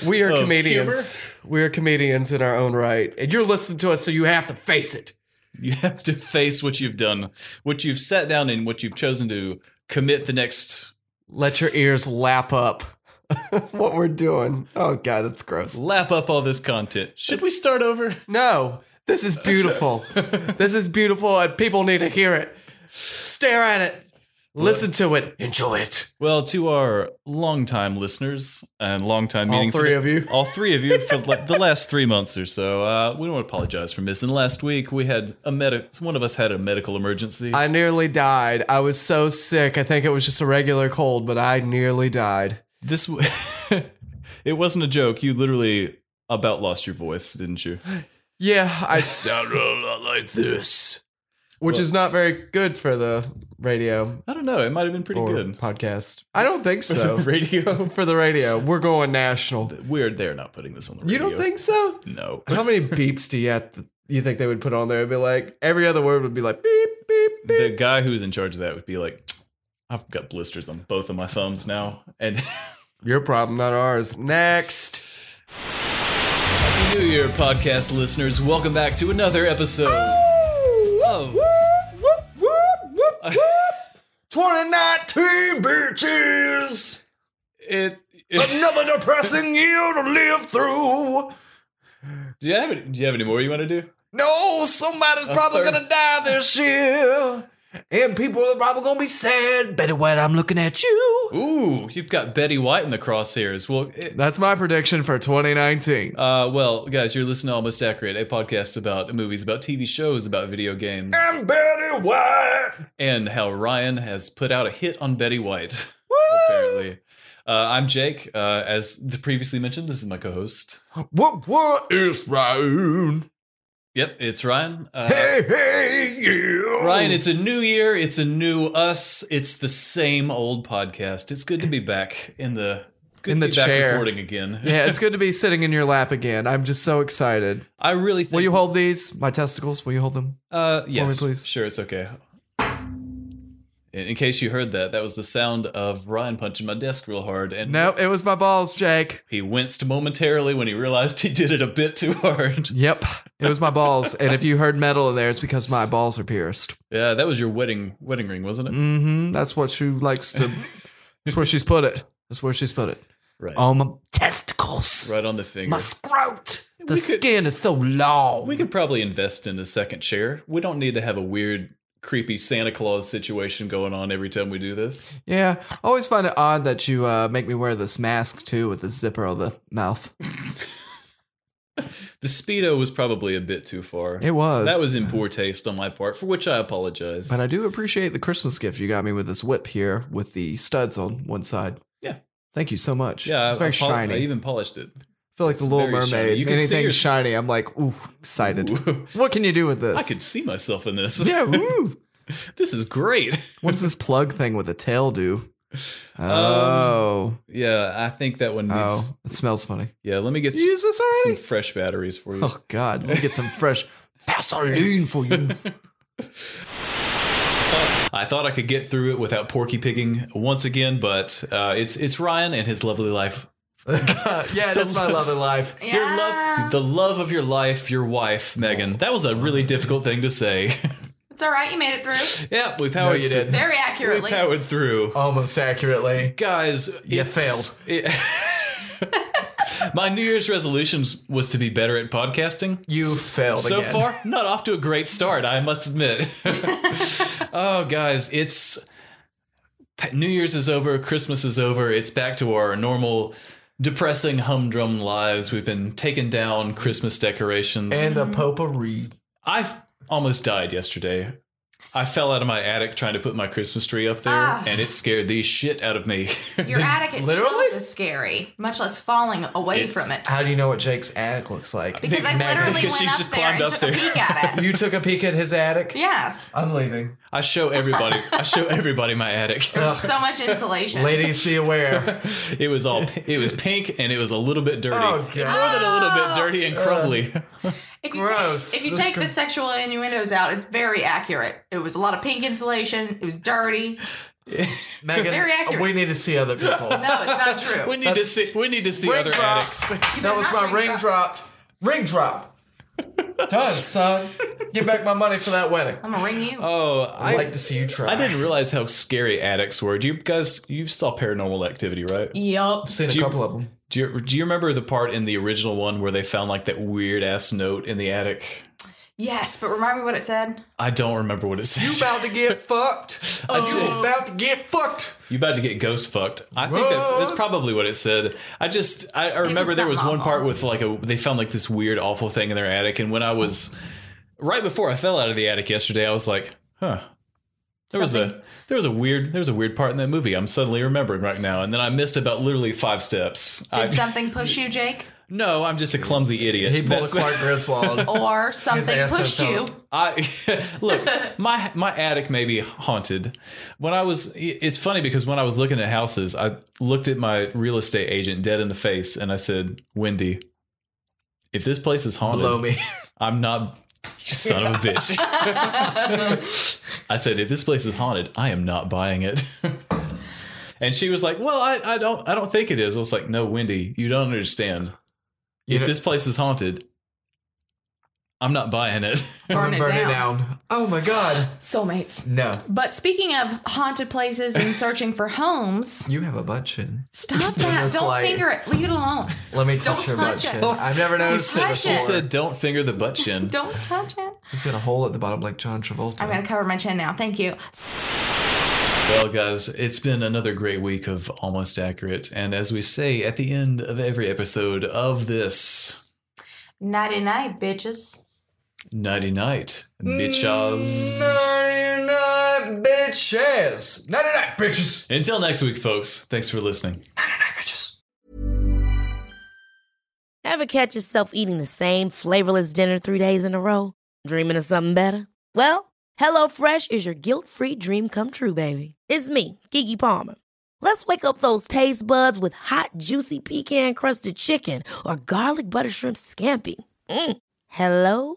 B: We are
A: Of
B: comedians. We are comedians in our own right. And you're listening to us, so you have to face it.
A: you have to face what you've done, what you've sat down, and what you've chosen to commit the next
B: Let your ears lap up what we're doing. Oh, God, that's gross.
A: lap up all this content. Should we start over?
B: No, this is beautiful. this is beautiful, and people need to hear it. Stare at it, listen to it, enjoy it.
A: Well, to our longtime listeners and longtime meeting,
B: All three of you.
A: all three of you, for like the last three months or so, uh, we don't apologize for missing. Last week, we had a medic. One of us had a medical emergency.
B: I nearly died. I was so sick. I think it was just a regular cold, but I nearly died.
A: this, w- it wasn't a joke. You literally about lost your voice, didn't you?
B: Yeah, I sound a lot like this, which is not very good for the radio
A: I don't know. It might have been pretty
B: or
A: good.
B: podcast. I don't think so.
A: radio.
B: for the radio, we're going national.
A: Weird. They're not putting this on the
B: You
A: radio.
B: don't think so?
A: No.
B: How many beeps do you have to- you think they would put on there? It'd be like every other word would be like beep beep beep.
A: the guy who's in charge of that would be like, I've got blisters on both of my thumbs now, and.
B: Your problem, not ours. Next.
A: Happy New Year, podcast listeners. Welcome back to another episode of.
B: Whoop whoop whoop whoop. Twenty nineteen bitches.
A: It, it-
B: Another depressing year to live through.
A: do, you have any, do you have any more you want to do?
B: No, somebody's probably
A: third.
B: gonna die this year. And people are probably gonna be sad. Betty White, I'm looking at you.
A: Ooh, you've got Betty White in the crosshairs. Well, it-
B: That's my prediction for 2019.
A: uh, well, guys, you're listening to Almost Accurate, a podcast about movies, about TV shows, about video games,
B: I'm Betty White.
A: and how Ryan has put out a hit on Betty White. Apparently, uh, I'm Jake. Uh, as previously mentioned, this is my co-host.
B: What what is Ryan?
A: Yep, it's Ryan. Uh,
B: Hey, hey, yeah.
A: Ryan, it's a new year. It's a new us. It's the same old podcast. It's good to be back in the good
B: In
A: to
B: the
A: be back
B: chair.
A: recording again.
B: yeah, it's good to be sitting in your lap again. I'm just so excited.
A: I really think.
B: Will you hold these? My testicles, will you hold them?
A: uh, yes,
B: me, please?
A: Sure, it's okay. In, in case you heard that, that was the sound of Ryan punching my desk real hard, and
B: No, it was my balls, Jake.
A: he winced momentarily when he realized he did it a bit too hard.
B: Yep, it was my balls. and if you heard metal in there, it's because my balls are pierced.
A: yeah, that was your wedding wedding ring, wasn't it?
B: Mm-hmm. That's what she likes to. that's where she's put it. That's where she's put it.
A: Right,
B: On my testicles,
A: right on the finger.
B: Mm-hmm. my scrot. The
A: We could-
B: skin is so long.
A: We could probably invest in a second chair. We don't need to have a weird, creepy Santa Claus situation going on every time we do this.
B: yeah, I always find it odd that you uh, make me wear this mask too with the zipper on the mouth.
A: The speedo was probably a bit too far.
B: It was.
A: That was in poor taste on my part, for which I apologize.
B: But I do appreciate the Christmas gift you got me with this whip here with the studs on one side.
A: Yeah.
B: Thank you so much.
A: yeah,
B: it's
A: I,
B: very
A: I pol-
B: shiny.
A: I
B: I
A: even polished it.
B: feel like the
A: it's
B: Little
A: very
B: Mermaid.
A: shiny. You can see
B: Anything
A: your-
B: shiny, I'm like, ooh, excited.
A: Ooh.
B: What can you do with this?
A: I could see myself in this.
B: Yeah. Ooh.
A: this is great.
B: What's this plug thing with the tail do?
A: Um,
B: Oh,
A: Yeah, I think that one needs.
B: oh, it smells funny.
A: Yeah, let me get
B: You use this
A: some
B: already?
A: fresh batteries for you.
B: Oh God, let me get some fresh Vaseline for you.
A: I thought I thought I could get through it without porky pigging once again, but uh, it's it's Ryan and his lovely life.
B: Uh, yeah, that's my love of life.
D: Yeah.
A: Your love, the love of your life, your wife, Megan. That was a really difficult thing to say.
D: It's all right. You made it through
A: yeah, we powered.
B: you
A: through-
B: didn't.
D: very
A: We
D: accurately.
A: powered through.
B: Almost accurately.
A: guys,
B: You
A: it's-
B: failed.
A: it- my New Year's resolutions was to be better at podcasting.
B: You failed
A: so
B: again.
A: far, not off to a great start, I must admit. oh, guys, it's New Year's is over, Christmas is over. It's back to our normal, depressing, humdrum lives. We've been taking down Christmas decorations.
B: And
D: Mm-hmm.
B: the potpourri.
A: I almost died yesterday. I fell out of my attic trying to put my Christmas tree up there,
D: Ah.
A: and it scared the shit out of me.
D: Your attic itself
B: Literally?
D: is scary, much less falling away
A: It's-
D: from it.
B: How do you know what Jake's attic looks like?
D: Because I
B: Magnet.
D: literally
A: Because
D: went
A: she's
D: up
A: just
D: there
A: climbed
D: and
A: up
D: took
A: there.
D: a peek at it.
B: You took a peek at his attic.
D: Yes,
B: I'm leaving.
A: I show everybody. I show everybody my attic.
D: there's so much insulation.
B: Ladies, be aware.
A: It was all. It was pink and it was a little bit dirty.
B: Oh, God.
A: More than a little bit dirty and crumbly.
D: if you
B: gross.
D: Take, if you
B: That's
D: take the
B: gross.
D: sexual innuendos out, it's very accurate. It was a lot of pink insulation. It was dirty.
B: Megan,
D: Very accurate.
B: we need to see other people.
D: No, it's not true.
A: we need to see. We need to see
B: Ring
A: other
B: drop.
A: attics.
B: That was
D: not
B: my
D: ring
B: ring drop. Ring drop. Done, son. Get back my money for that wedding.
D: I'm gonna ring you.
A: Oh,
B: I'd
A: I.
B: like to see you try.
A: I didn't realize how scary attics were. Do you guys? You saw Paranormal Activity, right?
D: yup.
B: I've seen a
A: Do you-
B: couple of them.
A: Do you, do you remember the part in the original one where they found like that weird ass note in the attic?
D: Yes, but remind me what it said.
A: I don't remember what it said.
B: You about to get fucked.
A: I
B: You
D: Oh.
A: did-
B: about to get fucked.
A: You about to get ghost fucked. I think that's, that's probably what it said. I just I, I remember there was
D: something
A: one part
D: awful.
A: with like a they found like this weird awful thing in their attic, and when I was right before I fell out of the attic yesterday, I was like, huh. There was a there was a weird there was a weird part in that movie I'm suddenly remembering right now, and then I missed about literally five steps. I,
D: Did something push you, Jake?
A: no, I'm just a clumsy idiot.
B: He pulled a
A: That's-
B: Clark Griswold.
D: Or something
B: ass
D: pushed
B: is
D: you?
A: I look my my attic may be haunted. When I was, it's funny because when I was looking at houses, I looked at my real estate agent dead in the face and I said, "Wendy, if this place is haunted,
B: Blow me.
A: I'm not." You son of a bitch! I said, "If this place is haunted, I am not buying it." and she was like, "Well, I, I don't, I don't think it is." I was like, "No, Wendy, you don't understand.
B: You
A: if
B: know-
A: this place is haunted, I'm not buying it."
D: Burn it
B: Burn it
D: down.
B: down. Oh my god.
D: Soulmates.
B: No.
D: But speaking of haunted places and searching for homes,
B: You have a butt chin.
D: stop
B: It's
D: that. Don't
B: like-
D: finger it. Leave it alone.
B: Let me touch
D: Don't
B: your
D: touch
B: butt
D: it.
B: chin. I've never noticed it
D: touch
A: She
B: before.
D: Or-
A: said, "Don't finger the butt chin."
D: Don't touch it.
B: He's got a hole at the bottom like John Travolta.
D: I'm gonna cover my chin now. Thank you.
A: Well, guys, it's been another great week of almost accurate, and as we say at the end of every episode of this
D: Nighty night, bitches.
A: nighty night, bitches.
B: Nighty night, bitches. Nighty night, bitches.
A: Until next week, folks. Thanks for listening.
B: Nighty night, bitches.
I: Ever catch yourself eating the same flavorless dinner three days in a row? Dreaming of something better? Well, HelloFresh is your guilt free dream come true, baby. It's me, Kiki Palmer. Let's wake up those taste buds with hot, juicy pecan crusted chicken or garlic butter shrimp scampi. Mm. Hello